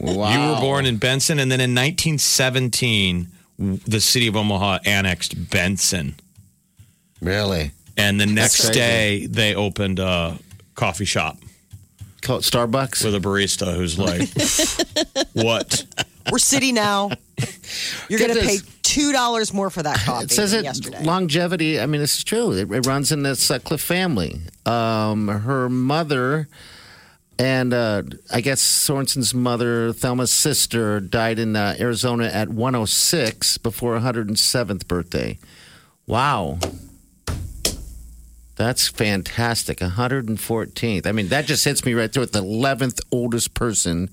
[SPEAKER 3] You were born in Benson, and then in 1917, w- the city of Omaha annexed Benson.
[SPEAKER 2] Really?
[SPEAKER 3] And the
[SPEAKER 2] That's
[SPEAKER 3] next
[SPEAKER 2] crazy.
[SPEAKER 3] day, they opened a coffee shop
[SPEAKER 2] called Starbucks
[SPEAKER 3] with a barista who's like, "What?"
[SPEAKER 4] We're city now. You're
[SPEAKER 2] Get
[SPEAKER 4] going to pay
[SPEAKER 2] this.
[SPEAKER 4] $2 more for that coffee
[SPEAKER 2] It says
[SPEAKER 4] than
[SPEAKER 2] it
[SPEAKER 4] yesterday.
[SPEAKER 2] longevity. I mean, it's true. It, it runs in the Sutcliffe family. Um, her mother and uh, I guess Sorensen's mother, Thelma's sister, died in uh, Arizona at 106 before her 107th birthday. Wow. That's fantastic. 114th. I mean, that just hits me right through it. The 11th oldest person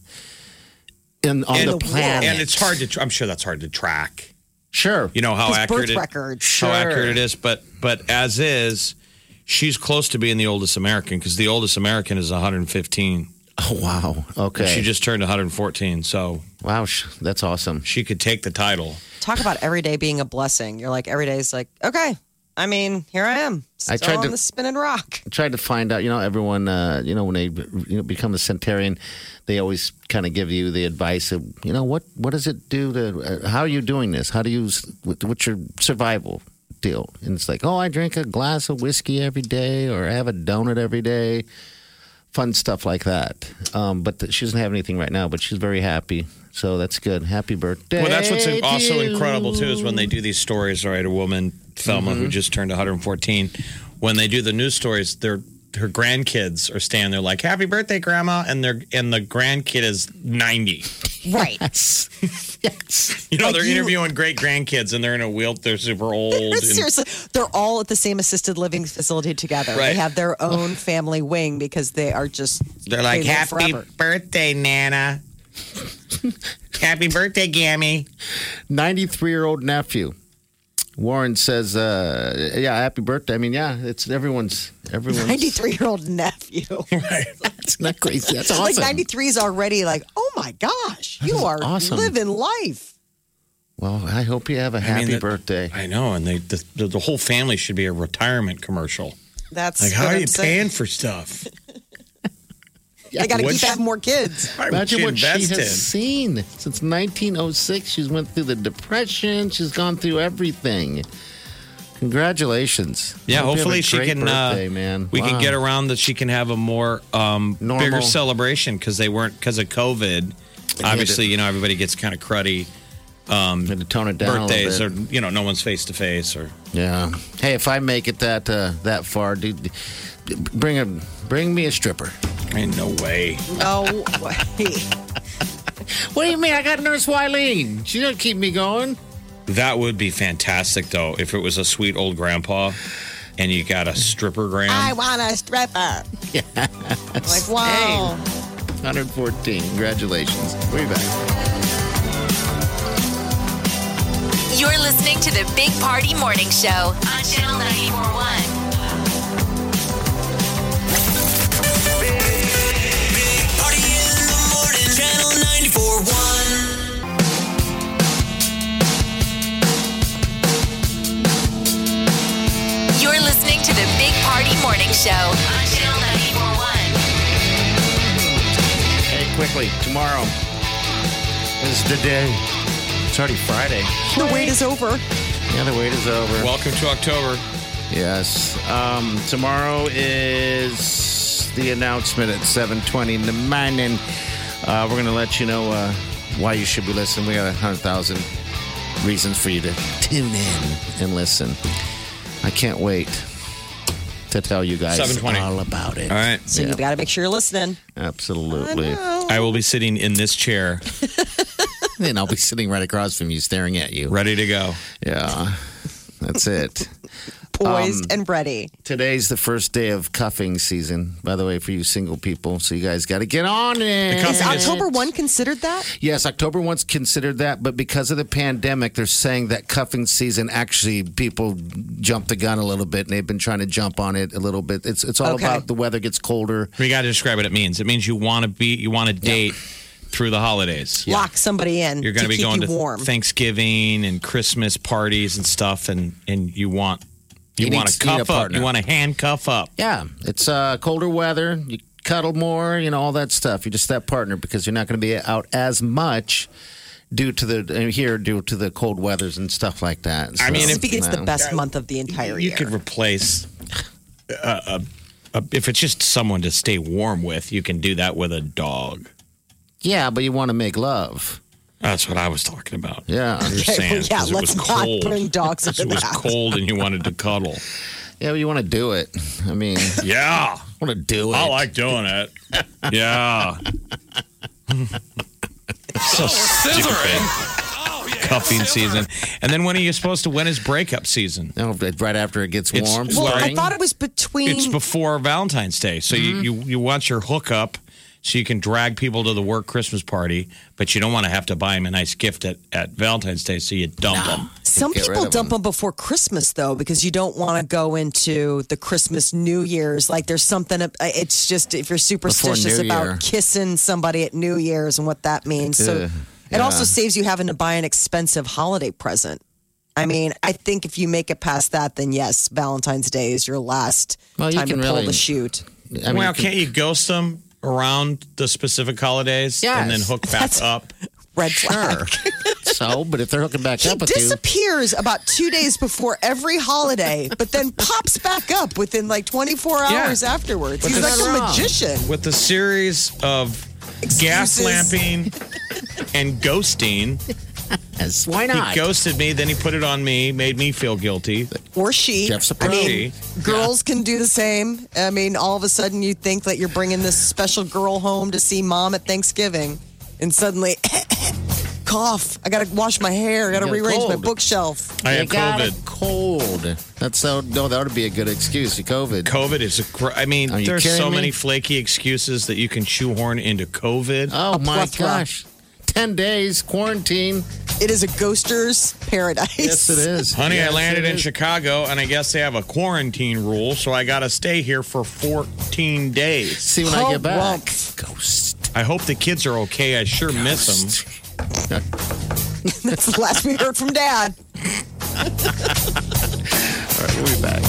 [SPEAKER 2] in, on the planet.
[SPEAKER 3] and it's hard to. Tr- I'm sure that's hard to track.
[SPEAKER 2] Sure.
[SPEAKER 3] you know how
[SPEAKER 4] His
[SPEAKER 3] accurate
[SPEAKER 4] birth
[SPEAKER 3] it,
[SPEAKER 4] record.
[SPEAKER 3] how
[SPEAKER 4] Sure.
[SPEAKER 3] accurate it is but but as is she's close to being the oldest american because the oldest american is 115
[SPEAKER 2] Oh, wow. Okay.
[SPEAKER 3] she just turned 114 so
[SPEAKER 2] wow, sh- that's awesome.
[SPEAKER 3] she could take the title
[SPEAKER 4] Talk about every day being a blessing. You're like, every day is like, okay, I mean, here I am. Still
[SPEAKER 2] I tried
[SPEAKER 4] on
[SPEAKER 2] to-
[SPEAKER 4] the spinning rock.
[SPEAKER 2] tried to find out. You know, everyone. Uh, you know, when they you know, become a centurion, they always kind of give you the advice of, you know, what what does it do to? Uh, how are you doing this? How do you? s- What, what's your survival deal? And it's like, oh, I drink a glass of whiskey every day, or I have a donut every day. Fun stuff like that. Um, but th- she doesn't have anything right now. But she's very happy. So that's good. Happy birthday.
[SPEAKER 3] well that's what's
[SPEAKER 2] to
[SPEAKER 3] also
[SPEAKER 2] you.
[SPEAKER 3] incredible too is when they do these stories right a woman thelma
[SPEAKER 4] Mm-hmm.
[SPEAKER 3] who just turned 114 when they do the news stories they're her grandkids are standing there like happy birthday grandma and they're and the grandkid is 90
[SPEAKER 4] Right.
[SPEAKER 2] Yes. yes.
[SPEAKER 3] you know
[SPEAKER 4] Like
[SPEAKER 3] they're
[SPEAKER 4] you-
[SPEAKER 3] interviewing great grandkids and they're in a wheel they're super old and-
[SPEAKER 4] Seriously, they're all at the same assisted living facility together. They
[SPEAKER 3] Right.
[SPEAKER 4] have their own family wing because they are just
[SPEAKER 3] They're like,
[SPEAKER 4] they live
[SPEAKER 3] happy
[SPEAKER 4] forever.
[SPEAKER 3] birthday, Nana. happy birthday, Gammy.
[SPEAKER 2] 93 year old nephew. Warren says, uh, yeah, happy birthday. I mean, yeah, it's everyone's, everyone's.
[SPEAKER 4] 93 year old nephew.
[SPEAKER 2] It's not crazy. That's
[SPEAKER 4] Like
[SPEAKER 2] awesome.
[SPEAKER 4] 93 is already like, oh my gosh, you are
[SPEAKER 2] awesome.
[SPEAKER 4] living life.
[SPEAKER 2] well, I hope you have a happy
[SPEAKER 3] mean, that-
[SPEAKER 2] birthday.
[SPEAKER 3] I know, and they the, the, the whole family should be a retirement commercial.
[SPEAKER 4] That's
[SPEAKER 3] Like, how
[SPEAKER 4] what
[SPEAKER 3] are
[SPEAKER 4] I'm
[SPEAKER 3] you
[SPEAKER 4] saying.
[SPEAKER 3] paying for stuff?
[SPEAKER 4] They got to
[SPEAKER 3] What
[SPEAKER 4] keep
[SPEAKER 3] you-
[SPEAKER 4] having more kids.
[SPEAKER 3] Why would
[SPEAKER 2] Imagine
[SPEAKER 3] you
[SPEAKER 2] what she
[SPEAKER 3] invest
[SPEAKER 2] has
[SPEAKER 3] in?
[SPEAKER 2] seen since 1906. She's went through the depression. She's gone through everything. Congratulations.
[SPEAKER 3] Yeah,
[SPEAKER 2] Hope you have
[SPEAKER 3] hopefully
[SPEAKER 2] a
[SPEAKER 3] she
[SPEAKER 2] great
[SPEAKER 3] can.
[SPEAKER 2] Birthday,
[SPEAKER 3] uh,
[SPEAKER 2] man,
[SPEAKER 3] We
[SPEAKER 2] Wow.
[SPEAKER 3] can get around that she can have a more um,
[SPEAKER 2] Normal.
[SPEAKER 3] bigger celebration because they weren't because of COVID. Obviously, you know everybody gets kind of cruddy.
[SPEAKER 2] Had to tone it down. a little
[SPEAKER 3] Birthdays
[SPEAKER 2] bit.
[SPEAKER 3] or you know no one's face to face or
[SPEAKER 2] Yeah. Hey, if I make it that uh, that far, dude, bring a bring me a stripper.
[SPEAKER 3] ain't no way.
[SPEAKER 4] No way.
[SPEAKER 2] What do you mean? I got Nurse Wileen. She don't keep me going.
[SPEAKER 3] That would be fantastic though if it was a sweet old grandpa and you got a stripper gram.
[SPEAKER 4] I want a stripper. Like, wow.
[SPEAKER 2] 114. Congratulations. We'll be back.
[SPEAKER 1] You're listening to the Big Party Morning Show on Channel 941.
[SPEAKER 5] Party in the morning, channel 941.
[SPEAKER 1] You're listening to the Big Party Morning Show on Channel 941.
[SPEAKER 2] Hey, quickly. Tomorrow is the day. It's already Friday.
[SPEAKER 4] The wait is over.
[SPEAKER 2] Yeah, the wait is over.
[SPEAKER 3] Welcome to October.
[SPEAKER 2] yes. Um, tomorrow is the announcement at 720 in the morning. Uh, we're going to let you know uh, why you should be listening. We got 100,000 reasons for you to tune in and listen. I can't wait. to tell you guys
[SPEAKER 3] 7:20.
[SPEAKER 2] all about it.
[SPEAKER 3] All right.
[SPEAKER 4] So you've got to make sure you're listening.
[SPEAKER 2] Absolutely.
[SPEAKER 3] I will be sitting in this chair.
[SPEAKER 2] and I'll be sitting right across from you, staring at you.
[SPEAKER 3] Ready to go.
[SPEAKER 2] Yeah. That's it.
[SPEAKER 3] Um,
[SPEAKER 4] Poised and ready.
[SPEAKER 2] Today's the first day of cuffing season, by the way, for you single people. So you guys got to get on it.
[SPEAKER 4] Is October 1 considered that?
[SPEAKER 2] Yes, October once considered that, but because of the pandemic, they're saying that cuffing season actually people jumped the gun a little bit, and they've been trying to jump on it a little bit. It's it's all
[SPEAKER 3] Okay.
[SPEAKER 2] about the weather gets colder.
[SPEAKER 3] We got to describe what it means. It means you want to be, you want to date through the holidays.
[SPEAKER 4] Lock somebody in.
[SPEAKER 3] You're going to be
[SPEAKER 4] keep
[SPEAKER 3] going
[SPEAKER 4] you
[SPEAKER 3] to
[SPEAKER 4] warm.
[SPEAKER 3] Thanksgiving and Christmas parties and stuff, and and you want you,
[SPEAKER 2] You need
[SPEAKER 3] want to
[SPEAKER 2] to need a
[SPEAKER 3] cuff up,
[SPEAKER 2] partner.
[SPEAKER 3] you want to handcuff up.
[SPEAKER 2] Yeah, it's uh, colder weather. You cuddle more, you know, all that stuff. You're just that partner because you're not going to be out as much due to the and here due to the cold weathers and stuff like that.
[SPEAKER 3] I mean,
[SPEAKER 2] So,
[SPEAKER 3] if-
[SPEAKER 4] Speak, it's
[SPEAKER 2] you
[SPEAKER 4] the
[SPEAKER 2] know.
[SPEAKER 4] best month of the entire
[SPEAKER 3] You
[SPEAKER 4] year.
[SPEAKER 3] could replace uh, a, a, if it's just someone to stay warm with. You can do that with a dog.
[SPEAKER 2] Yeah, but you want to make love.
[SPEAKER 3] That's what I was talking about.
[SPEAKER 2] Yeah,
[SPEAKER 3] I'm just
[SPEAKER 4] Okay, well,
[SPEAKER 3] saying.
[SPEAKER 4] yeah,
[SPEAKER 3] 'cause it was
[SPEAKER 4] let's not
[SPEAKER 3] cold.
[SPEAKER 4] bring dogs into
[SPEAKER 3] it
[SPEAKER 4] the
[SPEAKER 3] was
[SPEAKER 4] house.
[SPEAKER 3] cold, and you wanted to cuddle.
[SPEAKER 2] Yeah, but you want to do it. I mean,
[SPEAKER 3] Yeah,
[SPEAKER 2] want to do it.
[SPEAKER 3] I like doing it. Yeah.
[SPEAKER 2] Oh,
[SPEAKER 3] so stupid. Cuffing season, and then when are you supposed to? When is breakup season?
[SPEAKER 2] No, but right after it gets
[SPEAKER 3] It's-
[SPEAKER 2] warm.
[SPEAKER 4] Well, I
[SPEAKER 3] Spring.
[SPEAKER 4] thought it was between.
[SPEAKER 2] Mm.
[SPEAKER 3] It's before Valentine's Day, so
[SPEAKER 2] Mm-hmm.
[SPEAKER 3] you, you you want your hookup so you can drag people to the work Christmas party, but you don't want to have to buy them a nice gift at, at Valentine's Day, so you dump them.
[SPEAKER 4] Some
[SPEAKER 2] Get rid
[SPEAKER 4] people
[SPEAKER 2] of
[SPEAKER 4] dump
[SPEAKER 2] them.
[SPEAKER 4] them before Christmas though, because you don't want to go into the Christmas New Year's. Like there's something. uh, It's just if you're superstitious
[SPEAKER 2] New
[SPEAKER 4] about
[SPEAKER 2] Year.
[SPEAKER 4] kissing somebody at New Year's and what that means. So
[SPEAKER 2] Ugh,
[SPEAKER 4] it also
[SPEAKER 2] yeah.
[SPEAKER 4] saves you having to buy an expensive holiday present. I mean, I think if you make it past that, then yes, Valentine's Day is your last
[SPEAKER 2] Well, you
[SPEAKER 4] time to
[SPEAKER 2] can
[SPEAKER 4] pull
[SPEAKER 2] really-
[SPEAKER 4] the shoot.
[SPEAKER 2] I mean,
[SPEAKER 3] well,
[SPEAKER 2] you can-
[SPEAKER 3] can't you ghost them around the specific holidays and then
[SPEAKER 2] Yes.
[SPEAKER 3] hook back up?
[SPEAKER 4] Red flag.
[SPEAKER 2] so, but if they're hooking back
[SPEAKER 4] He
[SPEAKER 2] up with you,
[SPEAKER 4] disappears about two days before every holiday, but then pops back up within like 24
[SPEAKER 3] Yeah.
[SPEAKER 4] hours afterwards.
[SPEAKER 2] But
[SPEAKER 4] He's like
[SPEAKER 2] that's
[SPEAKER 4] a
[SPEAKER 2] wrong.
[SPEAKER 4] magician.
[SPEAKER 3] with a series of gas
[SPEAKER 4] Excuses.
[SPEAKER 3] lamping and ghosting.
[SPEAKER 2] yes, why
[SPEAKER 3] He
[SPEAKER 2] not?
[SPEAKER 3] ghosted me, then he put it on me, made me feel guilty.
[SPEAKER 4] Or she.
[SPEAKER 2] Jeff's a
[SPEAKER 4] I
[SPEAKER 2] pro.
[SPEAKER 4] mean, girls can do the same. I mean, all of a sudden you think that you're bringing this special girl home to see mom at Thanksgiving, and suddenly cough. I got to wash my hair. I got to
[SPEAKER 2] You got a
[SPEAKER 4] rearrange my
[SPEAKER 2] cold.
[SPEAKER 4] bookshelf.
[SPEAKER 3] I
[SPEAKER 2] You
[SPEAKER 3] have
[SPEAKER 2] got
[SPEAKER 3] COVID.
[SPEAKER 2] a cold. That's so. No, that would be a good excuse. You COVID.
[SPEAKER 3] COVID is, a cr- I mean,
[SPEAKER 2] Are you
[SPEAKER 3] there's
[SPEAKER 2] kidding
[SPEAKER 3] so
[SPEAKER 2] me?
[SPEAKER 3] many flaky excuses that you can shoehorn into COVID.
[SPEAKER 2] oh my
[SPEAKER 4] plethora.
[SPEAKER 2] gosh, ten days quarantine.
[SPEAKER 4] It is a ghoster's paradise.
[SPEAKER 2] Yes, it is.
[SPEAKER 3] Honey,
[SPEAKER 2] Yes,
[SPEAKER 3] I landed
[SPEAKER 2] it
[SPEAKER 3] in
[SPEAKER 2] is.
[SPEAKER 3] Chicago, and I guess they have a quarantine rule, so I got to stay here for 14 days.
[SPEAKER 2] See when I get back.
[SPEAKER 4] Wonk.
[SPEAKER 2] Ghost.
[SPEAKER 3] I hope the kids are okay. I sure miss them.
[SPEAKER 4] That's the last we heard from dad.
[SPEAKER 2] All right, we'll be back.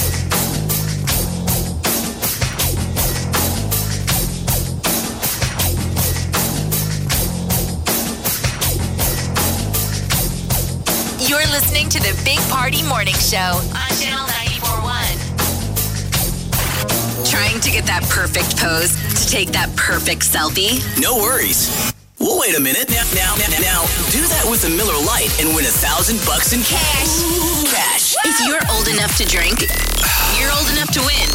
[SPEAKER 1] You're listening to the Big Party Morning Show on Channel 941. Trying to get that perfect pose to take that perfect selfie?
[SPEAKER 5] No worries. We'll wait a minute. Now, now, now, now, do that with a Miller Lite and win a thousand bucks in cash. Cash.
[SPEAKER 1] If you're old enough to drink, you're old enough to win.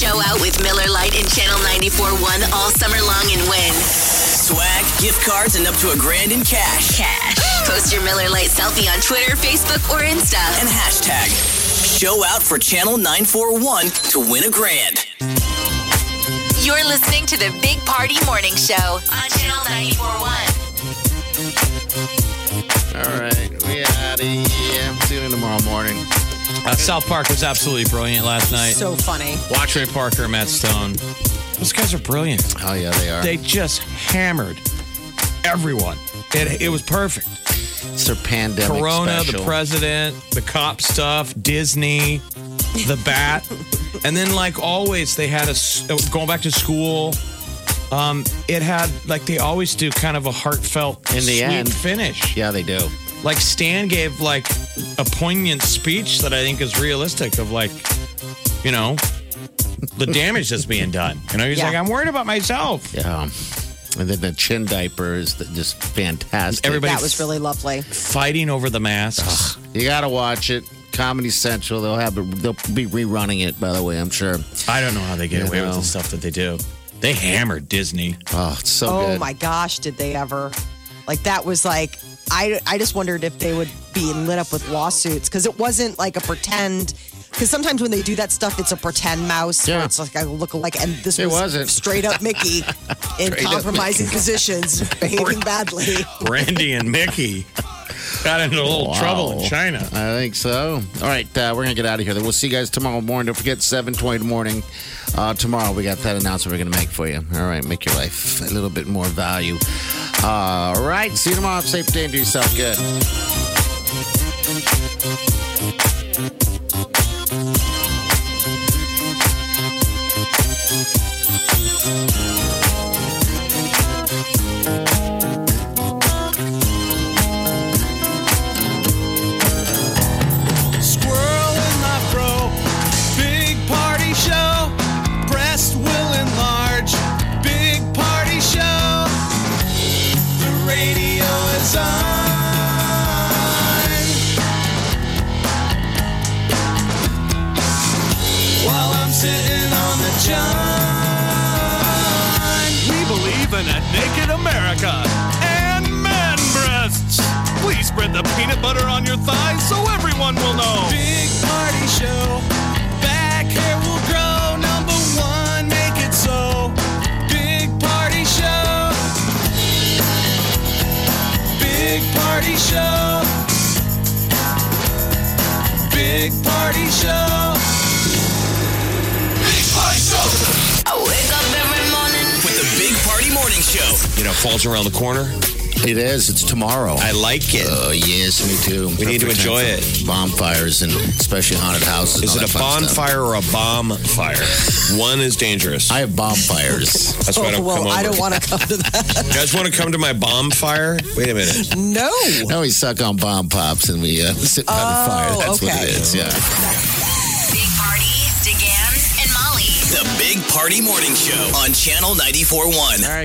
[SPEAKER 1] Show out with Miller Lite and Channel 941 all summer long and win.
[SPEAKER 5] Swag, gift cards, and up to a grand in cash.
[SPEAKER 1] Cash. Post your Miller Lite selfie on Twitter, Facebook, or Insta.
[SPEAKER 5] And hashtag show out for channel 941 to win a grand.
[SPEAKER 1] You're listening to the Big Party Morning Show on Channel 941.
[SPEAKER 2] All right, we out of here. See you tomorrow morning.
[SPEAKER 3] Uh, South Park was absolutely brilliant last night.
[SPEAKER 4] So funny.
[SPEAKER 3] Watch Ray Parker, Matt Stone. Those guys are brilliant.
[SPEAKER 2] Oh yeah, they are.
[SPEAKER 3] They just hammered everyone. It, it was perfect.
[SPEAKER 2] it's their pandemic
[SPEAKER 3] Corona,
[SPEAKER 2] special.
[SPEAKER 3] the president, the cop stuff, Disney, the bat, and then like always, they had a s- uh, going back to school. Um, it had like they always do, kind of a heartfelt
[SPEAKER 2] In the
[SPEAKER 3] sweet
[SPEAKER 2] end.
[SPEAKER 3] finish.
[SPEAKER 2] yeah, they do.
[SPEAKER 3] Like Stan gave like a poignant speech that I think is realistic of like, you know, the damage that's being done. You know, he's
[SPEAKER 4] Yeah.
[SPEAKER 3] like, I'm worried about myself.
[SPEAKER 2] Yeah. Oh. And then the chin diaper is th- just fantastic.
[SPEAKER 3] Everybody-
[SPEAKER 4] That was really lovely.
[SPEAKER 3] Fighting over the masks.
[SPEAKER 2] You got to watch it. Comedy Central. They'll have it, they'll be rerunning it. By the way, I'm sure.
[SPEAKER 3] I don't know how they get away with the
[SPEAKER 2] stuff
[SPEAKER 3] that they do. They hammered Disney.
[SPEAKER 2] Oh, it's so
[SPEAKER 4] oh
[SPEAKER 3] good.
[SPEAKER 4] my gosh, did they ever? Like that was like I I just wondered if they would be lit up with lawsuits because it wasn't like a pretend. Because sometimes when they do that stuff, it's a pretend mouse. Where it's like I look like, and this
[SPEAKER 2] It
[SPEAKER 4] was
[SPEAKER 2] wasn't.
[SPEAKER 4] straight up Mickey in
[SPEAKER 3] Straight up
[SPEAKER 4] compromising
[SPEAKER 3] Mickey.
[SPEAKER 4] positions, behaving badly.
[SPEAKER 3] Brandy and Mickey got into a little
[SPEAKER 2] Wow.
[SPEAKER 3] trouble in China.
[SPEAKER 2] I think so. All right, uh, we're gonna get out of here. We'll see you guys tomorrow morning. Don't forget seven twenty morning uh, tomorrow. We got that announcement we're gonna make for you. All right, make your life a little bit more value. All right, see you tomorrow. Have a Safe day and do yourself good.
[SPEAKER 10] Squirrel in my fro. Big party show. Breast will enlarge. Big party show. The radio is on. While I'm sitting on the john. We believe in a naked America and man breasts. Please spread the peanut butter on your thighs so everyone will know. Big party show. Back hair will grow. Number one, make it so. Big party show. Big party show. Big party show. Big party show.
[SPEAKER 1] I wake up every morning.
[SPEAKER 5] With the Big Party Morning Show.
[SPEAKER 3] You know, falls around the corner.
[SPEAKER 2] It is. It's tomorrow. I
[SPEAKER 3] like it.
[SPEAKER 2] Oh yes, me too.
[SPEAKER 3] We need to enjoy
[SPEAKER 2] it. Bonfires and especially haunted houses. and
[SPEAKER 3] Is
[SPEAKER 2] all
[SPEAKER 3] it
[SPEAKER 2] that
[SPEAKER 3] a
[SPEAKER 2] fun stuff.
[SPEAKER 3] bonfire or a bomb fire? One is dangerous. I
[SPEAKER 2] have bonfires. Oh,
[SPEAKER 3] That's why I don't
[SPEAKER 4] Whoa,
[SPEAKER 3] come over.
[SPEAKER 4] I don't want to come to
[SPEAKER 3] You
[SPEAKER 4] that.
[SPEAKER 3] guys want to come to my bomb fire? Wait a minute.
[SPEAKER 4] No.
[SPEAKER 2] No, we suck on bomb pops and we uh, sit by the fire.
[SPEAKER 5] Oh,
[SPEAKER 2] That's what it
[SPEAKER 5] okay.
[SPEAKER 2] is. Yeah.
[SPEAKER 1] Big Party, DeGan, and Molly.
[SPEAKER 5] The Big Party Morning Show on Channel 94.1.